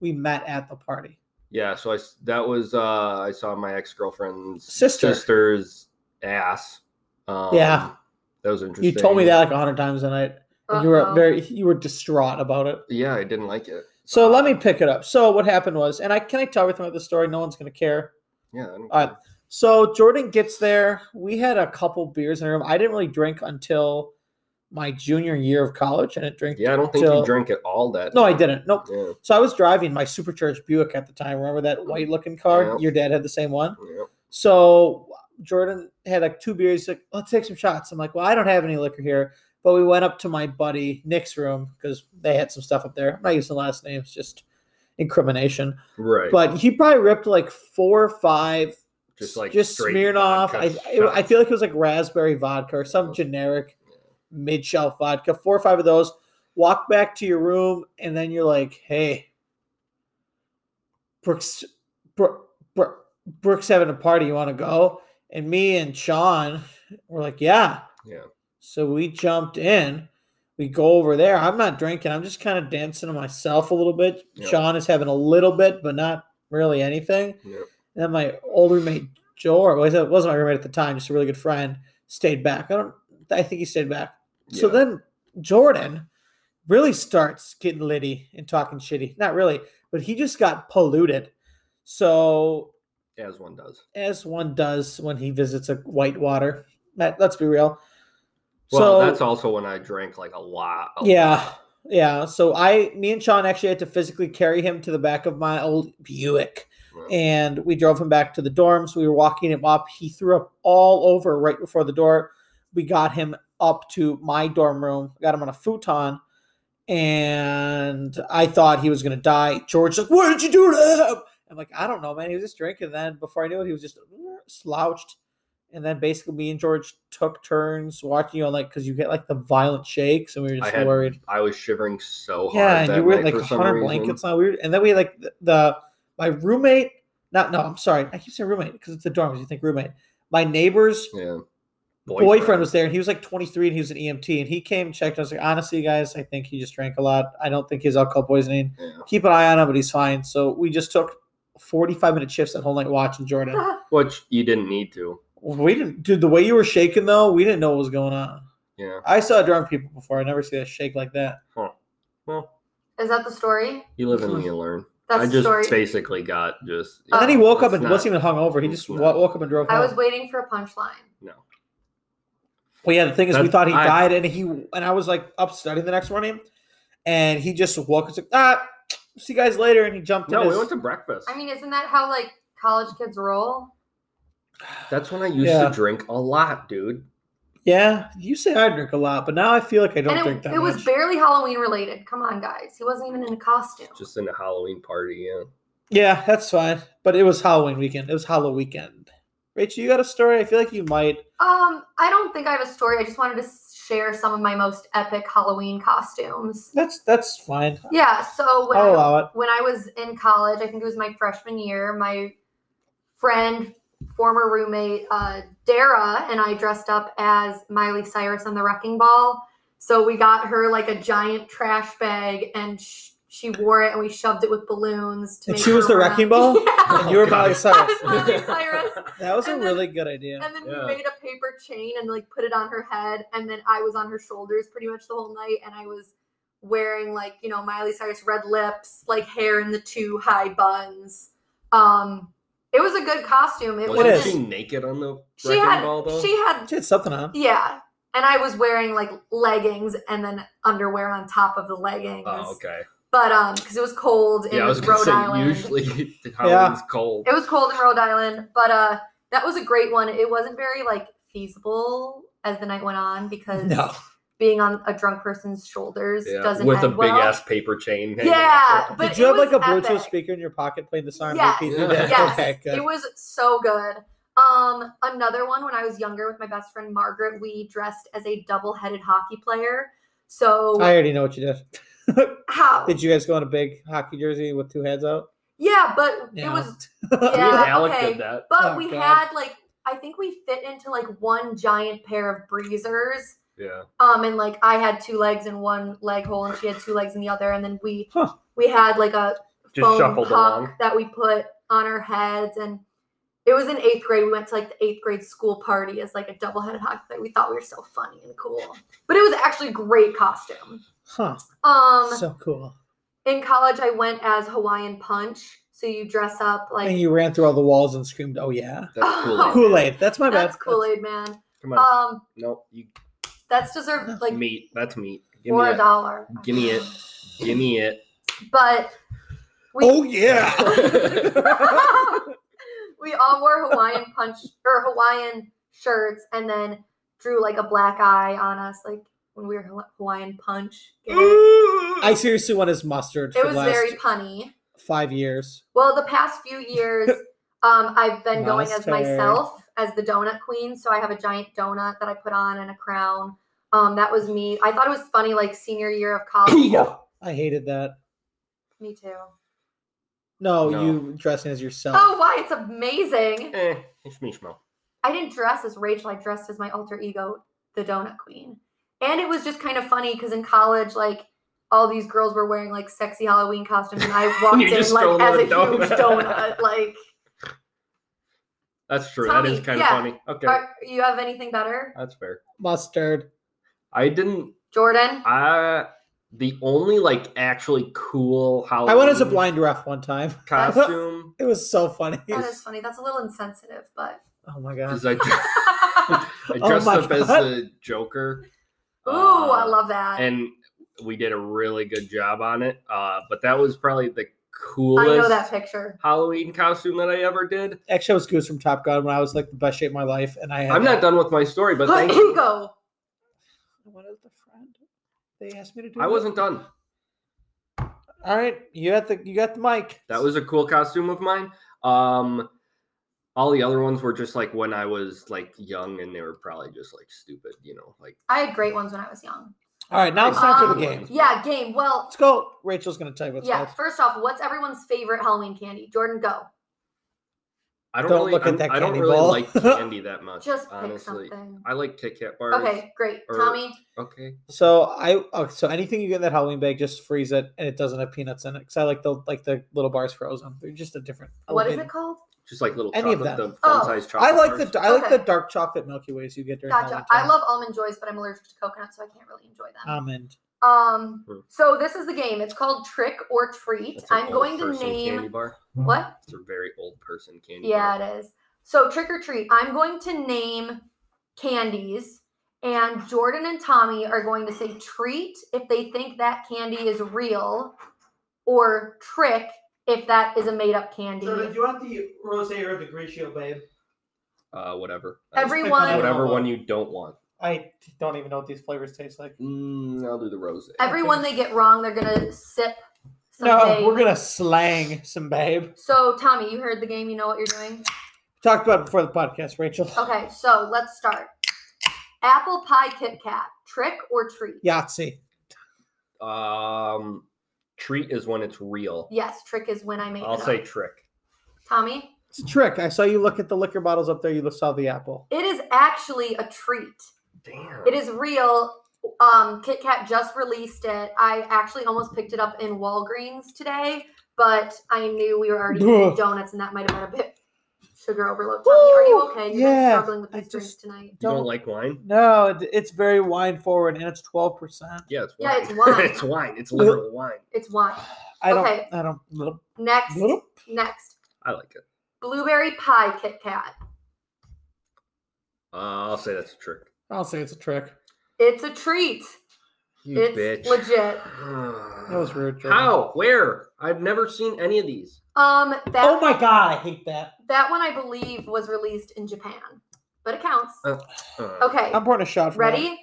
Speaker 1: we met at the party.
Speaker 2: Yeah, so I s- that was uh I saw my ex girlfriend's
Speaker 1: Sister.
Speaker 2: sister's ass. Um,
Speaker 1: Yeah.
Speaker 2: that was interesting.
Speaker 1: You told me that like a hundred times a night, and you
Speaker 3: Uh-oh.
Speaker 1: were very, you were distraught about it.
Speaker 2: Yeah, I didn't like it. Uh,
Speaker 1: So let me pick it up. So what happened was, and I can I tell everything about the story. No one's gonna care.
Speaker 2: Yeah. I don't
Speaker 1: All right. So Jordan gets there. We had a couple beers in the room. I didn't really drink until my junior year of college. I didn't drink.
Speaker 2: yeah, I don't think
Speaker 1: till-
Speaker 2: you drank at all that.
Speaker 1: No, I didn't. Nope.
Speaker 2: Yeah,
Speaker 1: So I was driving my supercharged Buick at the time. Remember that white looking car?
Speaker 2: Yep.
Speaker 1: Your dad had the same one.
Speaker 2: yeah.
Speaker 1: So Jordan had like two beers. He's like, let's take some shots. I'm like, well, I don't have any liquor here. But we went up to my buddy Nick's room because they had some stuff up there. I'm not using last names, just incrimination.
Speaker 2: Right.
Speaker 1: But he probably ripped like four or five
Speaker 2: just like
Speaker 1: just
Speaker 2: straight
Speaker 1: Smirnoff.
Speaker 2: vodka
Speaker 1: I, I I
Speaker 2: shots.
Speaker 1: feel like it was like raspberry vodka or some
Speaker 2: Okay.
Speaker 1: generic
Speaker 2: Yeah.
Speaker 1: mid shelf vodka. Four or five of those. Walk back to your room, and then you're like, "Hey, Brooks, Bro- Bro- Brooks having a party. You want to go?" And me and Sean were like, "Yeah."
Speaker 2: Yeah.
Speaker 1: So we jumped in. We go over there. I'm not drinking. I'm just kind of dancing to myself a little bit.
Speaker 2: Yeah.
Speaker 1: Sean is having a little bit, but not really anything.
Speaker 2: Yeah.
Speaker 1: And then my old roommate Jor, was it wasn't my roommate at the time, just a really good friend, stayed back. I don't I think he stayed back. So
Speaker 2: Yeah.
Speaker 1: then Jordan really starts getting litty and talking shitty. Not really, but he just got polluted. So
Speaker 2: as one does.
Speaker 1: as one does when he visits a white water. That, let's be real.
Speaker 2: Well,
Speaker 1: so
Speaker 2: that's also when I drank like a lot. Oh, a
Speaker 1: yeah. Yeah. So I me and Sean actually had to physically carry him to the back of my old Buick.
Speaker 2: lot. Yeah.
Speaker 1: and we drove him back to the dorms. We were walking him up. He threw up all over right before the door. We got him up to my dorm room, got him on a futon, and I thought he was going to die. George's like, What did you do to him? I'm like, I don't know, man. He was just drinking. Then before I knew it, he was just slouched. And then basically, me and George took turns watching you on like, because you get like the violent shakes, and we were
Speaker 2: I
Speaker 1: just
Speaker 2: had
Speaker 1: worried.
Speaker 2: I was shivering so hard.
Speaker 1: Yeah, and
Speaker 2: that
Speaker 1: you were
Speaker 2: night
Speaker 1: like
Speaker 2: for some
Speaker 1: 100
Speaker 2: reason.
Speaker 1: blankets on. We were, and then we had, like the, the my roommate. Not no, I'm sorry. I keep saying roommate because it's the dorms. You think roommate? My neighbor's
Speaker 2: Yeah.
Speaker 1: boyfriend. was there, and he was like 23, and he was an EMT, and he came and checked. I was like, honestly, guys, I think he just drank a lot. I don't think he has alcohol poisoning.
Speaker 2: Yeah.
Speaker 1: Keep an eye on him, but he's fine. So we just took 45 minute shifts that whole night watching Jordan.
Speaker 2: Which you didn't need to.
Speaker 1: we didn't, dude. The way you were shaking though, we didn't know what was going on.
Speaker 2: Yeah.
Speaker 1: I saw drunk people before. I never see that shake like that.
Speaker 2: Well,
Speaker 3: Is that the story?
Speaker 2: you live
Speaker 1: Mm-hmm.
Speaker 2: and you learn.
Speaker 3: That's
Speaker 2: I
Speaker 3: the
Speaker 2: just
Speaker 3: story.
Speaker 2: basically got just.
Speaker 1: And then he woke up
Speaker 2: Uh, it's
Speaker 1: and
Speaker 2: not-
Speaker 1: wasn't even hungover. He
Speaker 2: it's
Speaker 1: just
Speaker 2: not.
Speaker 1: wa- woke up and drove home.
Speaker 3: I was waiting for a punchline.
Speaker 2: No.
Speaker 1: Well, yeah, the thing is, we
Speaker 2: That-
Speaker 1: thought he
Speaker 2: I-
Speaker 1: died, and he and I was like up studying the next morning, and he just woke up like, ah, see you guys later, and he jumped
Speaker 2: No,
Speaker 1: in.
Speaker 2: we
Speaker 1: his-
Speaker 2: went to breakfast.
Speaker 3: I mean, isn't that how like college kids roll?
Speaker 2: That's when I used
Speaker 1: Yeah.
Speaker 2: to drink a lot, dude.
Speaker 1: yeah, you say I drink a lot, but now I feel like I don't
Speaker 3: and
Speaker 1: drink
Speaker 3: it,
Speaker 1: that
Speaker 3: it was
Speaker 1: much.
Speaker 3: barely Halloween related. Come on, guys. He wasn't even in a costume.
Speaker 2: Just in a Halloween party. Yeah.
Speaker 1: yeah, that's fine, but it was Halloween weekend. It was Halloween weekend. Rachel, you got a story? I feel like you might.
Speaker 3: Um, I don't think I have a story. I just wanted to share some of my most epic Halloween costumes.
Speaker 1: That's that's fine.
Speaker 3: Yeah, so when
Speaker 1: I'll
Speaker 3: I,
Speaker 1: allow it.
Speaker 3: when I was in college, I think it was my freshman year, my friend, former roommate, uh, Dara, and I dressed up as Miley Cyrus on the Wrecking Ball. So we got her like a giant trash bag and sh- she wore it and we shoved it with balloons. To
Speaker 1: And
Speaker 3: make
Speaker 1: she
Speaker 3: her
Speaker 1: was the
Speaker 3: run.
Speaker 1: wrecking ball?
Speaker 3: Yeah.
Speaker 1: And you were
Speaker 2: God.
Speaker 1: Miley
Speaker 3: I
Speaker 1: Cyrus.
Speaker 3: was Miley Cyrus.
Speaker 1: That was a
Speaker 3: And then-
Speaker 1: really good idea.
Speaker 3: And then
Speaker 2: Yeah.
Speaker 3: we made a paper chain and like put it on her head. And then I was on her shoulders pretty much the whole night. And I was wearing like, you know, Miley Cyrus red lips, like hair in the two high buns. Um, it was a good costume. It
Speaker 1: What
Speaker 2: Wasn't
Speaker 1: is?
Speaker 3: was
Speaker 2: she naked on the
Speaker 3: she
Speaker 2: wrecking
Speaker 3: had
Speaker 2: ball though?
Speaker 3: she had
Speaker 1: She had something on.
Speaker 3: yeah. And I was wearing like leggings and then underwear on top of the leggings.
Speaker 2: oh, okay.
Speaker 3: But um, because it was cold in
Speaker 2: Yeah, I was gonna
Speaker 3: Rhode
Speaker 2: say
Speaker 3: Island.
Speaker 2: usually Halloween's cold.
Speaker 3: It was cold in Rhode Island, but uh, that was a great one. It wasn't very like feasible as the night went on because
Speaker 1: No.
Speaker 3: being on a drunk person's shoulders
Speaker 2: Yeah,
Speaker 3: doesn't
Speaker 2: with a
Speaker 3: end
Speaker 2: big
Speaker 3: well.
Speaker 2: ass paper chain. hanging
Speaker 3: Yeah,
Speaker 2: off
Speaker 3: but
Speaker 1: Did you
Speaker 3: it
Speaker 1: have like a
Speaker 3: was
Speaker 1: Bluetooth
Speaker 3: epic.
Speaker 1: speaker in your pocket playing the song?
Speaker 3: Yes.
Speaker 1: repeat?
Speaker 2: Yeah.
Speaker 3: Yes,
Speaker 1: Okay, good.
Speaker 3: it was so good. Um, another one when I was younger with my best friend Margaret, we dressed as a double-headed hockey player. So
Speaker 1: I already know what you did.
Speaker 3: how?
Speaker 1: Did you guys go in a big hockey jersey with two heads out?
Speaker 3: yeah, but
Speaker 1: Yeah.
Speaker 3: it was.
Speaker 2: it.
Speaker 3: Yeah,
Speaker 2: Even Alec
Speaker 3: okay.
Speaker 2: did that.
Speaker 3: But
Speaker 1: Oh,
Speaker 3: we
Speaker 1: God.
Speaker 3: had like I think we fit into like one giant pair of breezers.
Speaker 2: Yeah.
Speaker 3: Um, and like I had two legs in one leg hole, and she had two legs in the other, and then we
Speaker 1: Huh.
Speaker 3: we had like a
Speaker 2: Just
Speaker 3: foam
Speaker 2: shuffled
Speaker 3: puck
Speaker 2: along.
Speaker 3: that we put on our heads, and it was in eighth grade. We went to like the eighth grade school party as like a double headed hockey player. We thought we were so funny and cool, but it was actually a great costume.
Speaker 1: Huh.
Speaker 3: Um,
Speaker 1: so cool.
Speaker 3: in college, I went as Hawaiian Punch. So you dress up like
Speaker 1: and you ran through all the walls and screamed, "Oh yeah,
Speaker 2: That's cool.
Speaker 1: Kool Aid." That's my
Speaker 3: that's
Speaker 1: bad.
Speaker 3: Kool Aid Man.
Speaker 2: Come on.
Speaker 3: Um,
Speaker 2: no, you
Speaker 3: that's deserved like
Speaker 2: meat. That's meat. Give me
Speaker 3: for a
Speaker 2: it.
Speaker 3: dollar.
Speaker 2: Give me it. Give me it.
Speaker 3: But we
Speaker 1: Oh yeah.
Speaker 3: we all wore Hawaiian punch or Hawaiian shirts and then drew like a black eye on us, like when we were Hawa- Hawaiian punch. It
Speaker 1: I seriously want his mustard for
Speaker 3: was
Speaker 1: the last
Speaker 3: very punny.
Speaker 1: five years.
Speaker 3: Well, the past few years, um, I've been going as
Speaker 1: Mustard.
Speaker 3: myself as the donut queen. So I have a giant donut that I put on and a crown. Um, that was me. I thought it was funny, like senior year of college.
Speaker 1: I hated that.
Speaker 3: me too.
Speaker 1: No,
Speaker 2: No.
Speaker 1: you dressing as yourself.
Speaker 3: Oh, why? It's amazing.
Speaker 2: Eh, it's me, Schmo.
Speaker 3: I didn't dress as Rachel. I dressed as my alter ego, the Donut Queen. And it was just kind of funny because in college, like all these girls were wearing like sexy Halloween costumes, and I walked
Speaker 2: You just
Speaker 3: in like
Speaker 2: stole
Speaker 3: as
Speaker 2: the
Speaker 3: a huge
Speaker 2: donut.
Speaker 3: donut. Like,
Speaker 2: That's true. that
Speaker 3: Tommy,
Speaker 2: is kind
Speaker 3: yeah.
Speaker 2: of funny. Okay,
Speaker 3: are, you have anything better,
Speaker 2: that's fair.
Speaker 1: Mustard.
Speaker 2: I didn't.
Speaker 3: Jordan?
Speaker 2: I the only like actually cool Halloween
Speaker 1: I went as a blind ref one time.
Speaker 2: costume
Speaker 1: It was so funny.
Speaker 3: That is funny. That's a little insensitive, but
Speaker 1: Oh my god.
Speaker 2: is I, I
Speaker 1: Oh
Speaker 2: dressed
Speaker 1: my
Speaker 2: up as
Speaker 1: God.
Speaker 2: the Joker.
Speaker 3: ooh, I
Speaker 2: Uh,
Speaker 3: love that.
Speaker 2: and we did a really good job on it. Uh, but that was probably the
Speaker 3: I
Speaker 2: coolest
Speaker 3: know that picture.
Speaker 2: Halloween costume that I ever did.
Speaker 1: Actually, I was Goose from Top Gun when I was like the best shape of my life, and I had
Speaker 2: I'm not done with my story, but
Speaker 3: Her
Speaker 2: thank you.
Speaker 3: ego.
Speaker 1: I went as the friend. They asked me to do.
Speaker 2: I
Speaker 1: it.
Speaker 2: wasn't done.
Speaker 1: All right, you got the you got the mic.
Speaker 2: That was a cool costume of mine. Um, all the other ones were just like when I was like young, and they were probably just like stupid, you know, like
Speaker 3: I had great ones when I was young.
Speaker 1: all right. Now it's time for
Speaker 3: Um,
Speaker 1: the game.
Speaker 3: Yeah, game. Well,
Speaker 1: Let's go. Rachel's gonna tell you what's
Speaker 3: yeah.
Speaker 1: Oh. yeah.
Speaker 3: First off, what's everyone's favorite Halloween candy? Jordan, go.
Speaker 2: I don't,
Speaker 1: Don't
Speaker 2: really,
Speaker 1: look at
Speaker 2: I'm-
Speaker 1: that
Speaker 2: I don't
Speaker 1: candy
Speaker 2: really
Speaker 1: ball.
Speaker 2: like candy that much.
Speaker 3: Just pick
Speaker 2: honestly,
Speaker 3: something.
Speaker 2: I like Kit Kat bars.
Speaker 3: Okay, great.
Speaker 2: or-
Speaker 3: Tommy,
Speaker 2: Okay.
Speaker 1: So I oh, so anything you get in that Halloween bag, just freeze it, and it doesn't have peanuts in it. Because I like the like the little bars frozen. They're just a different.
Speaker 3: what is
Speaker 1: elegant-
Speaker 3: it called?
Speaker 2: Just like little
Speaker 1: Any of
Speaker 2: chocolate,
Speaker 1: them.
Speaker 2: the fun
Speaker 3: Oh,
Speaker 2: size chocolate.
Speaker 1: I like the
Speaker 2: bars.
Speaker 1: I like the
Speaker 3: Okay.
Speaker 1: dark chocolate Milky Ways you get during
Speaker 3: Gotcha.
Speaker 1: Halloween.
Speaker 3: I
Speaker 1: time.
Speaker 3: love almond joys, but I'm allergic to coconut, so I can't really enjoy them.
Speaker 1: almond.
Speaker 3: Um,
Speaker 2: Hmm.
Speaker 3: so this is the game. It's called trick or treat.
Speaker 2: That's an
Speaker 3: I'm
Speaker 2: old
Speaker 3: going to
Speaker 2: person
Speaker 3: name
Speaker 2: candy bar.
Speaker 3: what?
Speaker 2: It's a very old person candy. bar.
Speaker 3: Yeah, it is. So trick or treat. I'm going to name candies, and Jordan and Tommy are going to say treat if they think that candy is real, or trick if that is a made up candy.
Speaker 1: you want the rosé or the Grigio, babe?
Speaker 2: Uh, whatever. I just pick
Speaker 1: I
Speaker 3: Everyone,
Speaker 1: don't
Speaker 2: Whatever
Speaker 1: know.
Speaker 2: one you don't want.
Speaker 1: I don't even know what these flavors taste like.
Speaker 2: Mm, I'll do the rose.
Speaker 3: everyone they get wrong, they're gonna sip. some
Speaker 1: No,
Speaker 3: big-
Speaker 1: we're gonna slang some babe.
Speaker 3: So, Tommy, you heard the game. You know what you're doing.
Speaker 1: Talked about it before the podcast, Rachel.
Speaker 3: Okay, so let's start. Apple pie Kit Kat, trick or treat?
Speaker 1: Yahtzee.
Speaker 2: Um, treat is when it's real.
Speaker 3: Yes, trick is when I made
Speaker 2: I'll
Speaker 3: it.
Speaker 2: say
Speaker 3: up.
Speaker 2: trick.
Speaker 3: Tommy,
Speaker 1: It's a trick. I saw you look at the liquor bottles up there. You saw the apple.
Speaker 3: it is actually a treat.
Speaker 2: Damn.
Speaker 3: It is real. Um, Kit Kat just released it. I actually almost picked it up in Walgreens today, but I knew we were already eating
Speaker 1: Ugh.
Speaker 3: donuts, and that might have been a bit sugar overload. Tommy, are you
Speaker 1: Woo!
Speaker 3: okay? You're
Speaker 1: Yeah,
Speaker 3: struggling with
Speaker 1: I
Speaker 3: these drinks
Speaker 1: just-
Speaker 3: tonight.
Speaker 2: You don't
Speaker 1: Don't-
Speaker 2: like wine?
Speaker 1: No, it, it's very wine forward, and it's twelve percent.
Speaker 2: Yeah, it's wine.
Speaker 3: Yeah, it's wine.
Speaker 2: it's wine. It's literal wine.
Speaker 3: It's wine.
Speaker 1: I don't.
Speaker 3: Okay.
Speaker 1: I don't. Bloop,
Speaker 3: Next,
Speaker 1: bloop.
Speaker 3: next,
Speaker 2: I like it.
Speaker 3: blueberry pie Kit Kat.
Speaker 2: Uh, I'll say that's a trick.
Speaker 1: I'll say it's a trick.
Speaker 3: It's a treat.
Speaker 2: You
Speaker 3: it's
Speaker 2: bitch.
Speaker 3: legit.
Speaker 1: That was rude. Jordan.
Speaker 2: How? Where? I've never seen any of these.
Speaker 3: Um, that
Speaker 1: Oh my god, I hate that.
Speaker 3: that one I believe was released in Japan, but it counts.
Speaker 2: Uh, Uh,
Speaker 3: Okay,
Speaker 1: I'm pouring a shot. For that.
Speaker 3: ready?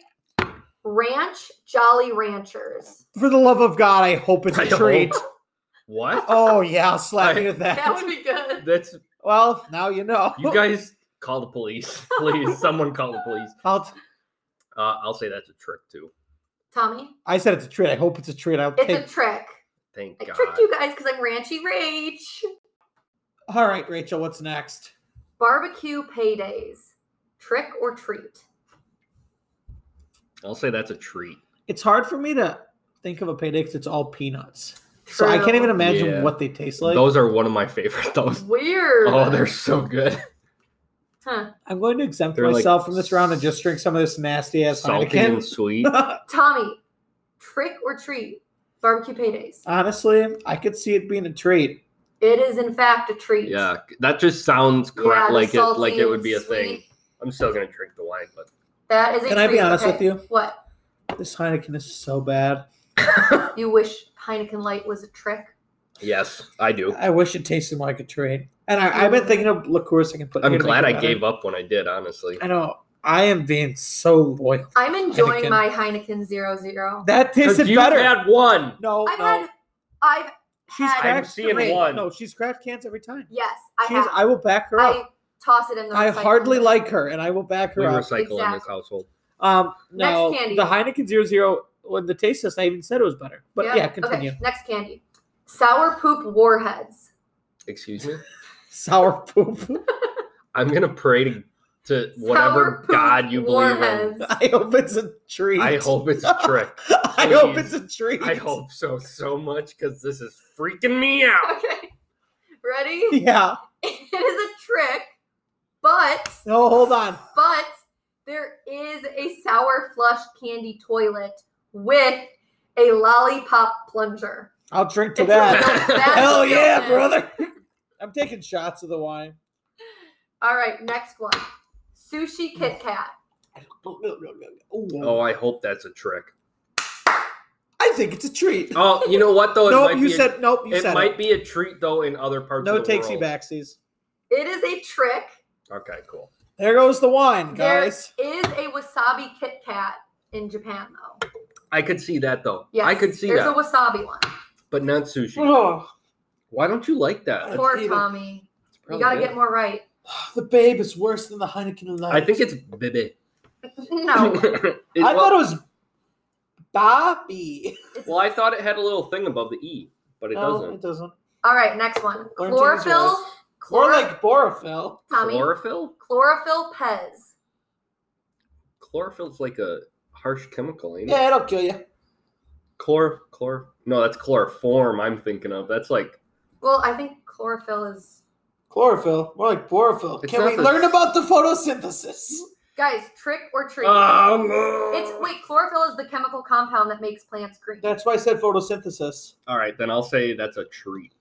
Speaker 3: Ranch Jolly Ranchers.
Speaker 1: For the love of God, I hope it's
Speaker 2: I
Speaker 1: a
Speaker 2: hope-
Speaker 1: treat.
Speaker 2: What?
Speaker 1: Oh yeah, I'll slap you
Speaker 2: I-
Speaker 1: with that.
Speaker 3: That would be good.
Speaker 2: That's
Speaker 1: Well, now you know.
Speaker 2: you guys call the police, please. Someone call the police.
Speaker 1: I'll t-
Speaker 2: Uh, I'll say that's a trick too.
Speaker 3: Tommy,
Speaker 1: I said it's a treat. I hope it's a treat. I'll
Speaker 3: it's
Speaker 1: take.
Speaker 3: a trick.
Speaker 2: Thank
Speaker 3: I
Speaker 2: God.
Speaker 3: tricked you guys because I'm ranchy rage.
Speaker 1: All right, Rachel, what's next?
Speaker 3: Barbecue paydays. Trick or treat?
Speaker 2: I'll say that's a treat.
Speaker 1: It's hard for me to think of a payday because it's all peanuts, so I can't even
Speaker 3: True.
Speaker 1: imagine
Speaker 2: Yeah.
Speaker 1: what they taste like.
Speaker 2: Those are one of my favorite. Those.
Speaker 3: Weird.
Speaker 2: Oh, they're so good.
Speaker 3: Huh.
Speaker 1: I'm going to exempt
Speaker 2: They're like
Speaker 1: myself from this round and just drink some of this nasty ass
Speaker 2: Salty and
Speaker 1: Heineken.
Speaker 2: sweet.
Speaker 3: Tommy, trick or treat? Barbecue paydays.
Speaker 1: Honestly, I could see it being a treat.
Speaker 3: It is in fact a treat.
Speaker 2: Yeah, that just sounds correct.
Speaker 3: the
Speaker 2: like it, like it
Speaker 3: salty,
Speaker 2: would be a thing.
Speaker 3: sweet.
Speaker 2: I'm still gonna drink the wine, but
Speaker 3: That is. A
Speaker 1: Can I be
Speaker 3: treat.
Speaker 1: honest
Speaker 3: Okay.
Speaker 1: with you?
Speaker 3: What
Speaker 1: This Heineken is so bad.
Speaker 3: you wish Heineken Light was a trick?
Speaker 2: yes, I do.
Speaker 1: I wish it tasted more like a treat. And I, I've been thinking of liqueurs I can put.
Speaker 2: I'm
Speaker 1: here to make
Speaker 2: glad
Speaker 1: it
Speaker 2: I
Speaker 1: better.
Speaker 2: gave up when I did. Honestly,
Speaker 1: I know. I am being so loyal.
Speaker 3: I'm enjoying
Speaker 1: Heineken.
Speaker 3: my Heineken Zero Zero.
Speaker 1: That tasted
Speaker 2: you
Speaker 1: better.
Speaker 2: had one.
Speaker 1: no,
Speaker 3: I've
Speaker 1: no.
Speaker 3: had. I've
Speaker 1: she's
Speaker 3: had-
Speaker 1: cracked
Speaker 2: I'm seeing
Speaker 1: three.
Speaker 2: one.
Speaker 1: No, she's cracked cans every time.
Speaker 3: yes. I
Speaker 1: She
Speaker 3: have.
Speaker 1: is, I will back her
Speaker 3: I
Speaker 1: up.
Speaker 3: toss it in the.
Speaker 1: I
Speaker 3: recycling
Speaker 1: hardly
Speaker 3: bin.
Speaker 1: like her, and I will back her
Speaker 2: We
Speaker 1: up.
Speaker 2: recycle in this
Speaker 3: Exactly.
Speaker 2: household.
Speaker 1: Um, no,
Speaker 3: Next candy.
Speaker 1: the Heineken Zero Zero when the taste test, I even said it was better. But yeah, continue.
Speaker 3: Okay, next candy. Sour poop warheads.
Speaker 2: Excuse me.
Speaker 1: Sour poop.
Speaker 2: I'm gonna pray to, to whatever
Speaker 3: Sour poop
Speaker 2: God you believe in.
Speaker 3: warheads.
Speaker 1: I hope it's a treat.
Speaker 2: I hope it's a trick.
Speaker 1: I hope
Speaker 2: please.
Speaker 1: it's a treat.
Speaker 2: I hope so so much because this is freaking me out.
Speaker 3: Okay. Ready?
Speaker 1: Yeah.
Speaker 3: it is a trick, but
Speaker 1: No, hold on.
Speaker 3: but there is a sour flush candy toilet with a lollipop plunger.
Speaker 1: I'll drink to
Speaker 3: It's a
Speaker 1: that.
Speaker 3: real- that's
Speaker 1: Hell
Speaker 3: a real
Speaker 1: yeah,
Speaker 3: thing.
Speaker 1: brother. I'm taking shots of the wine.
Speaker 3: All right, next one. Sushi Kit Kat.
Speaker 2: Oh, I hope that's a trick.
Speaker 1: I think it's a treat.
Speaker 2: Oh, you know what though? It
Speaker 1: nope,
Speaker 2: might
Speaker 1: you
Speaker 2: be a-
Speaker 1: said nope. You
Speaker 2: it
Speaker 1: said
Speaker 2: might
Speaker 1: it.
Speaker 2: be a treat though in other parts
Speaker 1: no
Speaker 2: of the
Speaker 1: takesy
Speaker 2: world.
Speaker 1: backsies.
Speaker 3: It is a trick.
Speaker 2: Okay, cool.
Speaker 1: There goes the wine,
Speaker 3: There
Speaker 1: guys.
Speaker 3: is a wasabi Kit Kat in Japan though.
Speaker 2: I could see that though.
Speaker 3: Yes.
Speaker 2: I could see
Speaker 3: there's
Speaker 2: that,
Speaker 3: a wasabi one.
Speaker 2: but not sushi.
Speaker 1: Oh,
Speaker 2: Why don't you like that?
Speaker 1: It's
Speaker 3: Poor
Speaker 1: either-
Speaker 3: Tommy. You gotta get more right.
Speaker 1: the babe is worse than the Heineken Light.
Speaker 2: I think it's bibi.
Speaker 3: No.
Speaker 1: I thought it was Bobby.
Speaker 3: it's-
Speaker 2: well, I thought it had a little thing above the e, but it
Speaker 1: no,
Speaker 2: doesn't.
Speaker 1: it doesn't.
Speaker 3: All right, next one.
Speaker 1: Quarantine's
Speaker 3: Chlorophyll.
Speaker 1: wise. More
Speaker 3: Chloro-
Speaker 1: like borophyl.
Speaker 3: Tommy.
Speaker 2: Chlorophyll.
Speaker 3: Chlorophyll Pez.
Speaker 2: Chlorophyll's like a harsh chemical, ain't it?
Speaker 1: Yeah, it'll kill you.
Speaker 2: Chlor, chlor. No, that's chloroform. I'm thinking of. That's like
Speaker 3: Well, I think chlorophyll is.
Speaker 1: Chlorophyll. More like borophyl.
Speaker 2: It's
Speaker 1: Can
Speaker 2: not
Speaker 1: we
Speaker 2: the-
Speaker 1: learn about the photosynthesis?
Speaker 3: Guys, trick or treat.
Speaker 2: um,
Speaker 3: it's wait, chlorophyll is the chemical compound that makes plants green.
Speaker 1: That's why I said photosynthesis.
Speaker 2: All right, then I'll say that's a treat.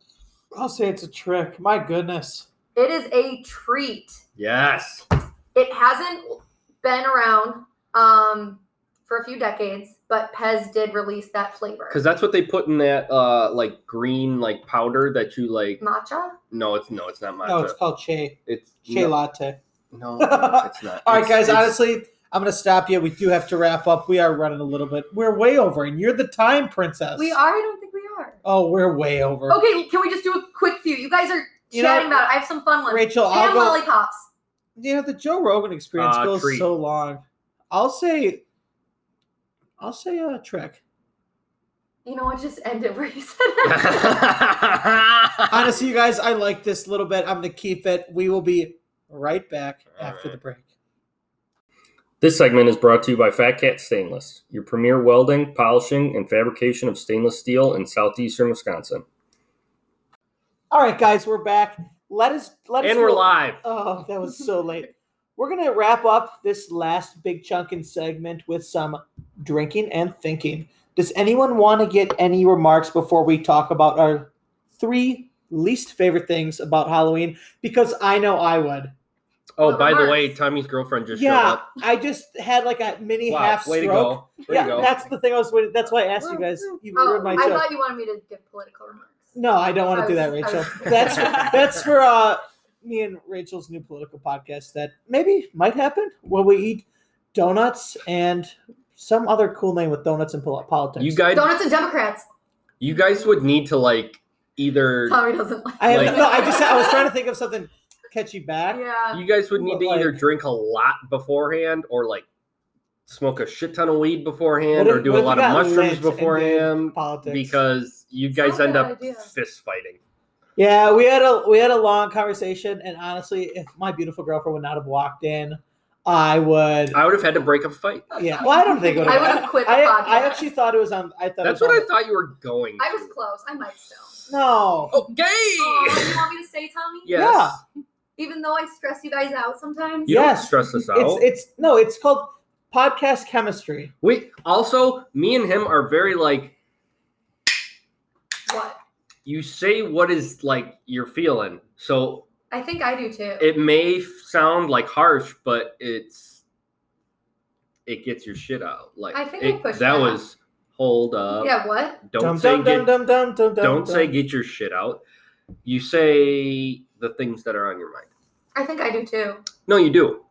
Speaker 1: I'll say it's a trick. My goodness.
Speaker 3: It is a treat.
Speaker 2: Yes.
Speaker 3: It hasn't been around um, for a few decades, but Pez did release that flavor.
Speaker 2: Cuz that's what they put in that uh like green like powder that you like
Speaker 3: matcha.
Speaker 2: No, it's no, it's not matcha.
Speaker 1: No, it's called Che.
Speaker 2: it's
Speaker 1: Che
Speaker 2: no,
Speaker 1: latte.
Speaker 2: no, no, it's not.
Speaker 1: All right,
Speaker 2: It's-
Speaker 1: guys.
Speaker 2: it's-
Speaker 1: Honestly, I'm going to stop you. We do have to wrap up. We are running a little bit. We're way over, and you're the time princess.
Speaker 3: We are. I don't think we are.
Speaker 1: Oh, we're way over.
Speaker 3: Okay, can we just do a quick few? You guys are
Speaker 1: You know-
Speaker 3: chatting about it. I have some fun ones.
Speaker 1: Rachel, I'll
Speaker 3: Ham
Speaker 1: go.
Speaker 3: lollipops.
Speaker 1: You know, the Joe Rogan experience
Speaker 2: Uh,
Speaker 1: goes
Speaker 2: treat.
Speaker 1: so long. I'll say, I'll say uh, a trick.
Speaker 3: You know what? Just end it where you said it.
Speaker 1: Honestly, you guys, I like this little bit. I'm going to keep it. We will be right back
Speaker 2: All
Speaker 1: after the
Speaker 2: right.
Speaker 1: break.
Speaker 2: This segment is brought to you by Fat Cat Stainless, your premier welding, polishing, and fabrication of stainless steel in southeastern Wisconsin.
Speaker 1: All right, guys, we're back. Let us let us
Speaker 2: And we're
Speaker 1: know-
Speaker 2: live.
Speaker 1: Oh, that was so late. We're gonna wrap up this last big chunkin segment with some drinking and thinking. Does anyone want to get any remarks before we talk about our three least favorite things about Halloween? Because I know I would.
Speaker 2: Oh, by the way,
Speaker 3: Remarks.
Speaker 2: Tommy's girlfriend just showed
Speaker 1: yeah,
Speaker 2: up.
Speaker 1: I just had like a mini
Speaker 2: Wow,
Speaker 1: half
Speaker 2: way
Speaker 1: stroke.
Speaker 2: to go. Way
Speaker 1: yeah,
Speaker 2: to go.
Speaker 1: that's the thing I was waiting. That's why I asked you guys. You
Speaker 3: Oh,
Speaker 1: ruined my
Speaker 3: I
Speaker 1: joke.
Speaker 3: thought you wanted me to give political remarks.
Speaker 1: No, I don't want to do that,
Speaker 3: I was- I
Speaker 1: Rachel.
Speaker 3: was-
Speaker 1: That's that's for uh, me and Rachel's new political podcast that maybe might happen. Will we eat donuts and some other cool name with donuts and pol- politics?
Speaker 2: you guys
Speaker 3: Donuts and Democrats.
Speaker 2: you guys would need to like either
Speaker 3: Tommy doesn't like.
Speaker 1: I have
Speaker 2: like-
Speaker 1: no. I just I was trying to think of something catchy back.
Speaker 3: Yeah.
Speaker 2: you guys would need to
Speaker 1: Like-
Speaker 2: either drink a lot beforehand or like smoke a shit ton of weed beforehand
Speaker 1: What if-
Speaker 2: or do
Speaker 1: what
Speaker 2: a
Speaker 1: if we
Speaker 2: lot of
Speaker 1: got lit
Speaker 2: mushrooms
Speaker 1: and did
Speaker 2: beforehand
Speaker 1: Politics.
Speaker 2: because you guys
Speaker 3: Not a
Speaker 2: end
Speaker 3: bad
Speaker 2: up
Speaker 3: idea.
Speaker 2: fist fighting.
Speaker 1: yeah, we had a we had a long conversation, and honestly, if my beautiful girlfriend would not have walked in, I would.
Speaker 2: I would have had to break up a fight.
Speaker 1: yeah, well, I don't think it would.
Speaker 3: I would have quit the
Speaker 1: I,
Speaker 3: podcast.
Speaker 1: I actually thought it was on. I thought
Speaker 2: That's
Speaker 1: it was
Speaker 2: what I
Speaker 1: on-
Speaker 2: thought you were going.
Speaker 3: I was
Speaker 2: to.
Speaker 3: close. I might still.
Speaker 1: No.
Speaker 2: Oh,
Speaker 3: Oh,
Speaker 2: Okay.
Speaker 3: you want me to stay, Tommy?
Speaker 1: Yeah.
Speaker 2: Yes.
Speaker 3: Even though I stress you guys out sometimes.
Speaker 2: You don't
Speaker 1: Yes.
Speaker 2: stress us out.
Speaker 1: It's it's no, it's called podcast chemistry.
Speaker 2: we also me and him are very like
Speaker 3: What?
Speaker 2: You say what is like you're feeling. So
Speaker 3: I think I do too.
Speaker 2: it may f- sound like harsh, but it's it gets your shit out. Like
Speaker 3: I think I
Speaker 2: it,
Speaker 3: pushed
Speaker 2: that
Speaker 3: that.
Speaker 2: was hold up.
Speaker 3: yeah, what?
Speaker 2: Don't
Speaker 1: Dum,
Speaker 2: say
Speaker 1: dum,
Speaker 2: get
Speaker 1: dum, dum, dum, dum, dum,
Speaker 2: don't say
Speaker 1: dum.
Speaker 2: get your shit out. You say the things that are on your mind.
Speaker 3: I think I do too.
Speaker 2: No, you do.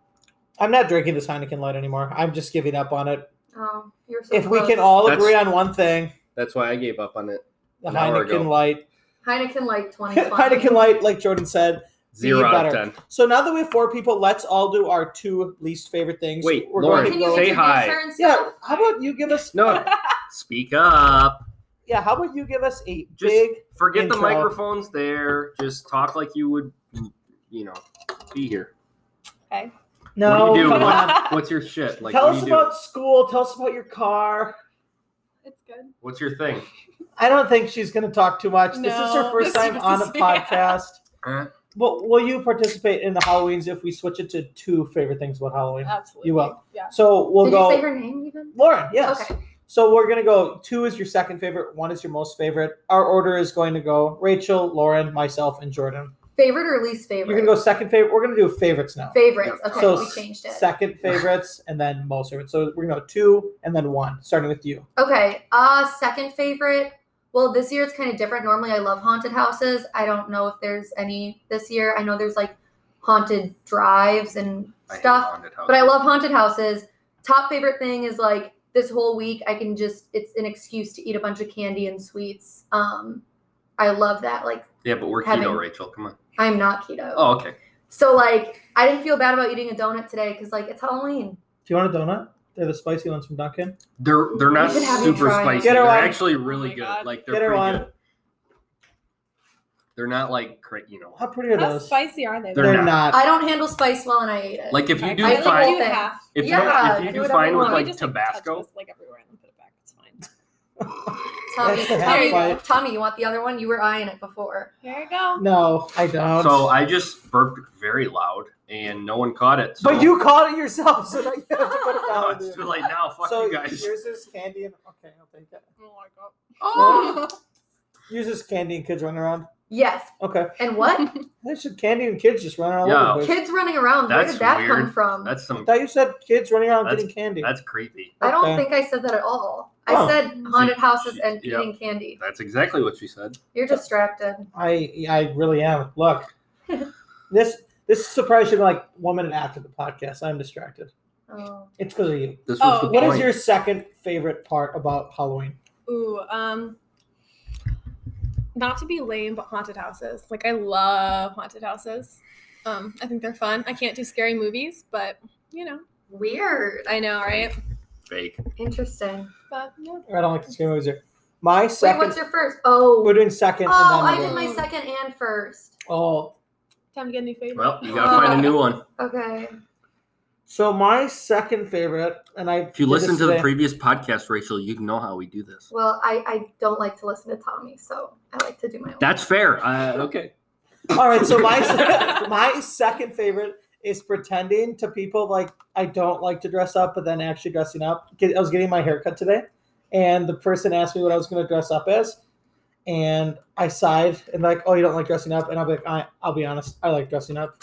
Speaker 1: I'm not drinking this Heineken light anymore. I'm just giving up on it.
Speaker 3: Oh, you're so
Speaker 1: If we
Speaker 3: close.
Speaker 1: can all
Speaker 2: That's-
Speaker 1: agree on one thing,
Speaker 2: That's why I gave up on it.
Speaker 1: the
Speaker 2: An hour
Speaker 1: Heineken
Speaker 2: ago.
Speaker 1: light.
Speaker 3: Heineken like 2020.
Speaker 1: Heineken light, like Jordan said.
Speaker 2: Zero out of
Speaker 1: better.
Speaker 2: ten.
Speaker 1: So now that we have four people, let's all do our two least favorite things.
Speaker 2: Wait,
Speaker 1: we're
Speaker 2: Lauren,
Speaker 1: going
Speaker 3: Can
Speaker 1: to
Speaker 3: you
Speaker 1: go.
Speaker 2: say
Speaker 3: introduce
Speaker 2: hi.
Speaker 3: her and
Speaker 1: yeah,
Speaker 3: stuff?
Speaker 1: how about you give us?
Speaker 2: No, speak up.
Speaker 1: Yeah, how about you give us a
Speaker 2: Just-
Speaker 1: big?
Speaker 2: Forget the
Speaker 1: Intro.
Speaker 2: microphones there. Just talk like you would, you know, be here.
Speaker 1: No,
Speaker 2: what do you do?
Speaker 1: come
Speaker 2: What-
Speaker 1: on.
Speaker 2: what's your shit? Like,
Speaker 1: tell
Speaker 2: what do
Speaker 1: us
Speaker 2: you do?
Speaker 1: about school. Tell us about your car.
Speaker 5: It's good.
Speaker 2: What's your thing?
Speaker 1: I don't think she's going to talk too much. this is her
Speaker 5: No,
Speaker 1: first
Speaker 5: this
Speaker 1: time
Speaker 5: is-
Speaker 1: on a
Speaker 5: yeah.
Speaker 1: podcast.
Speaker 2: Huh?
Speaker 1: Well, will you participate in the Halloweens if we switch it to two favorite things about Halloween?
Speaker 5: Absolutely.
Speaker 1: You will.
Speaker 5: Yeah.
Speaker 1: So we'll
Speaker 3: Uh, Did
Speaker 1: go.
Speaker 3: you say her name even?
Speaker 1: Lauren, yes.
Speaker 3: Okay.
Speaker 1: So we're gonna go. Two is your second favorite. One is your most favorite. Our order is going to go Rachel, Lauren, myself, and Jordan.
Speaker 3: Favorite or least favorite?
Speaker 1: You're gonna go second favorite. We're gonna do favorites now.
Speaker 3: favorites. Okay,
Speaker 1: so
Speaker 3: we changed it.
Speaker 1: second favorites and then most favorites. So we're gonna go two and then one, starting with you.
Speaker 3: Okay. Uh second favorite. Well, this year it's kind of different. Normally I love haunted houses. I don't know if there's any this year. I know there's like haunted drives and
Speaker 2: I hate
Speaker 3: stuff,
Speaker 2: haunted houses.
Speaker 3: but I love haunted houses. Top favorite thing is like this whole week I can just it's an excuse to eat a bunch of candy and sweets. Um I love that. Like
Speaker 2: Yeah, but we're
Speaker 3: having-
Speaker 2: keto, Rachel. Come on.
Speaker 3: I'm not keto.
Speaker 2: Oh, okay.
Speaker 3: So like I didn't feel bad about eating a donut today cuz like it's Halloween.
Speaker 1: Do you want a donut? They're the spicy ones from Dunkin'.
Speaker 2: They're they're not
Speaker 3: We should have you
Speaker 2: super
Speaker 3: try.
Speaker 2: spicy.
Speaker 1: Get her
Speaker 2: They're
Speaker 1: one.
Speaker 2: actually
Speaker 5: Oh
Speaker 2: really
Speaker 5: my
Speaker 2: good.
Speaker 5: God.
Speaker 2: Like they're
Speaker 1: Get her
Speaker 2: pretty
Speaker 1: one.
Speaker 2: good. They're not like cra- you know.
Speaker 1: How pretty are
Speaker 5: How
Speaker 1: those?
Speaker 5: spicy are they?
Speaker 2: They're
Speaker 1: They're
Speaker 2: not.
Speaker 1: not.
Speaker 3: I don't handle spice well and I ate it.
Speaker 2: Like if you do
Speaker 5: I
Speaker 3: like
Speaker 5: find,
Speaker 2: fine
Speaker 3: it.
Speaker 5: half.
Speaker 2: if
Speaker 3: Yeah,
Speaker 2: you if
Speaker 3: do
Speaker 2: you do
Speaker 3: whatever
Speaker 2: fine
Speaker 3: you
Speaker 2: with
Speaker 3: want.
Speaker 2: like
Speaker 5: just,
Speaker 2: Tabasco,
Speaker 5: touch this, like everywhere and then put it back. It's fine.
Speaker 3: Tommy,
Speaker 1: That's the half
Speaker 3: Tommy,
Speaker 1: bite.
Speaker 3: Tommy, you want the other one? You were eyeing it before.
Speaker 5: There you go.
Speaker 1: No, I don't.
Speaker 2: so I just burped very loud and no one caught it. So.
Speaker 1: but you caught it yourself, so now you have to put it
Speaker 2: No,
Speaker 1: down.
Speaker 2: it's too late now. Fuck
Speaker 1: so
Speaker 2: you guys.
Speaker 1: yours is candy and okay, I'll take that.
Speaker 5: Oh my god.
Speaker 3: Oh.
Speaker 1: Yours is candy and kids running around.
Speaker 3: Yes.
Speaker 1: Okay,
Speaker 3: And what?
Speaker 1: I should candy and kids just running all
Speaker 2: Yeah.
Speaker 1: over the place.
Speaker 3: Kids running around.
Speaker 2: That's
Speaker 3: Where did that come
Speaker 2: weird.
Speaker 3: from?
Speaker 2: That's
Speaker 1: I
Speaker 2: some.
Speaker 1: thought you said kids running around
Speaker 2: That's-
Speaker 1: getting candy.
Speaker 2: That's creepy.
Speaker 3: I don't
Speaker 1: Okay.
Speaker 3: think I said that at all.
Speaker 1: Oh.
Speaker 3: I said haunted houses and
Speaker 2: Yeah.
Speaker 3: eating candy.
Speaker 2: That's exactly what she said.
Speaker 3: You're distracted.
Speaker 1: I I really am. Look, this this surprise should be like one minute after the podcast. I'm distracted.
Speaker 3: Oh.
Speaker 1: It's because of you.
Speaker 2: This was
Speaker 5: Oh,
Speaker 2: the
Speaker 5: okay.
Speaker 1: What
Speaker 2: point.
Speaker 1: is your second favorite part about Halloween?
Speaker 5: Ooh. Um. Not to be lame, but haunted houses. Like I love haunted houses. Um, I think they're fun. I can't do scary movies, but you know,
Speaker 3: Weird.
Speaker 5: I know, right?
Speaker 2: fake?
Speaker 3: Interesting.
Speaker 5: But yeah.
Speaker 1: I don't like the scary movies. either. My
Speaker 3: Wait,
Speaker 1: second.
Speaker 3: what's your first? Oh.
Speaker 1: we're doing second.
Speaker 3: oh, I
Speaker 1: and then
Speaker 3: did
Speaker 1: we'll-
Speaker 3: my second and first.
Speaker 1: Oh,
Speaker 5: Time to get a new favorite.
Speaker 2: Well, you
Speaker 1: Uh,
Speaker 2: gotta find a new one.
Speaker 3: Okay.
Speaker 1: so my second favorite, and I.
Speaker 2: If you listen to the
Speaker 1: pre.
Speaker 2: previous podcast, Rachel, you know how we do this.
Speaker 3: Well, I, I don't like to listen to Tommy, so I like to do my own.
Speaker 2: That's fair. Uh, okay.
Speaker 1: All right, so my se- my second favorite is pretending to people like I don't like to dress up, but then actually dressing up. Get- I was getting my haircut today, and the person asked me what I was going to dress up as, and I sighed and like, oh, you don't like dressing up, and I'll be like, I, I'll be honest, I like dressing up,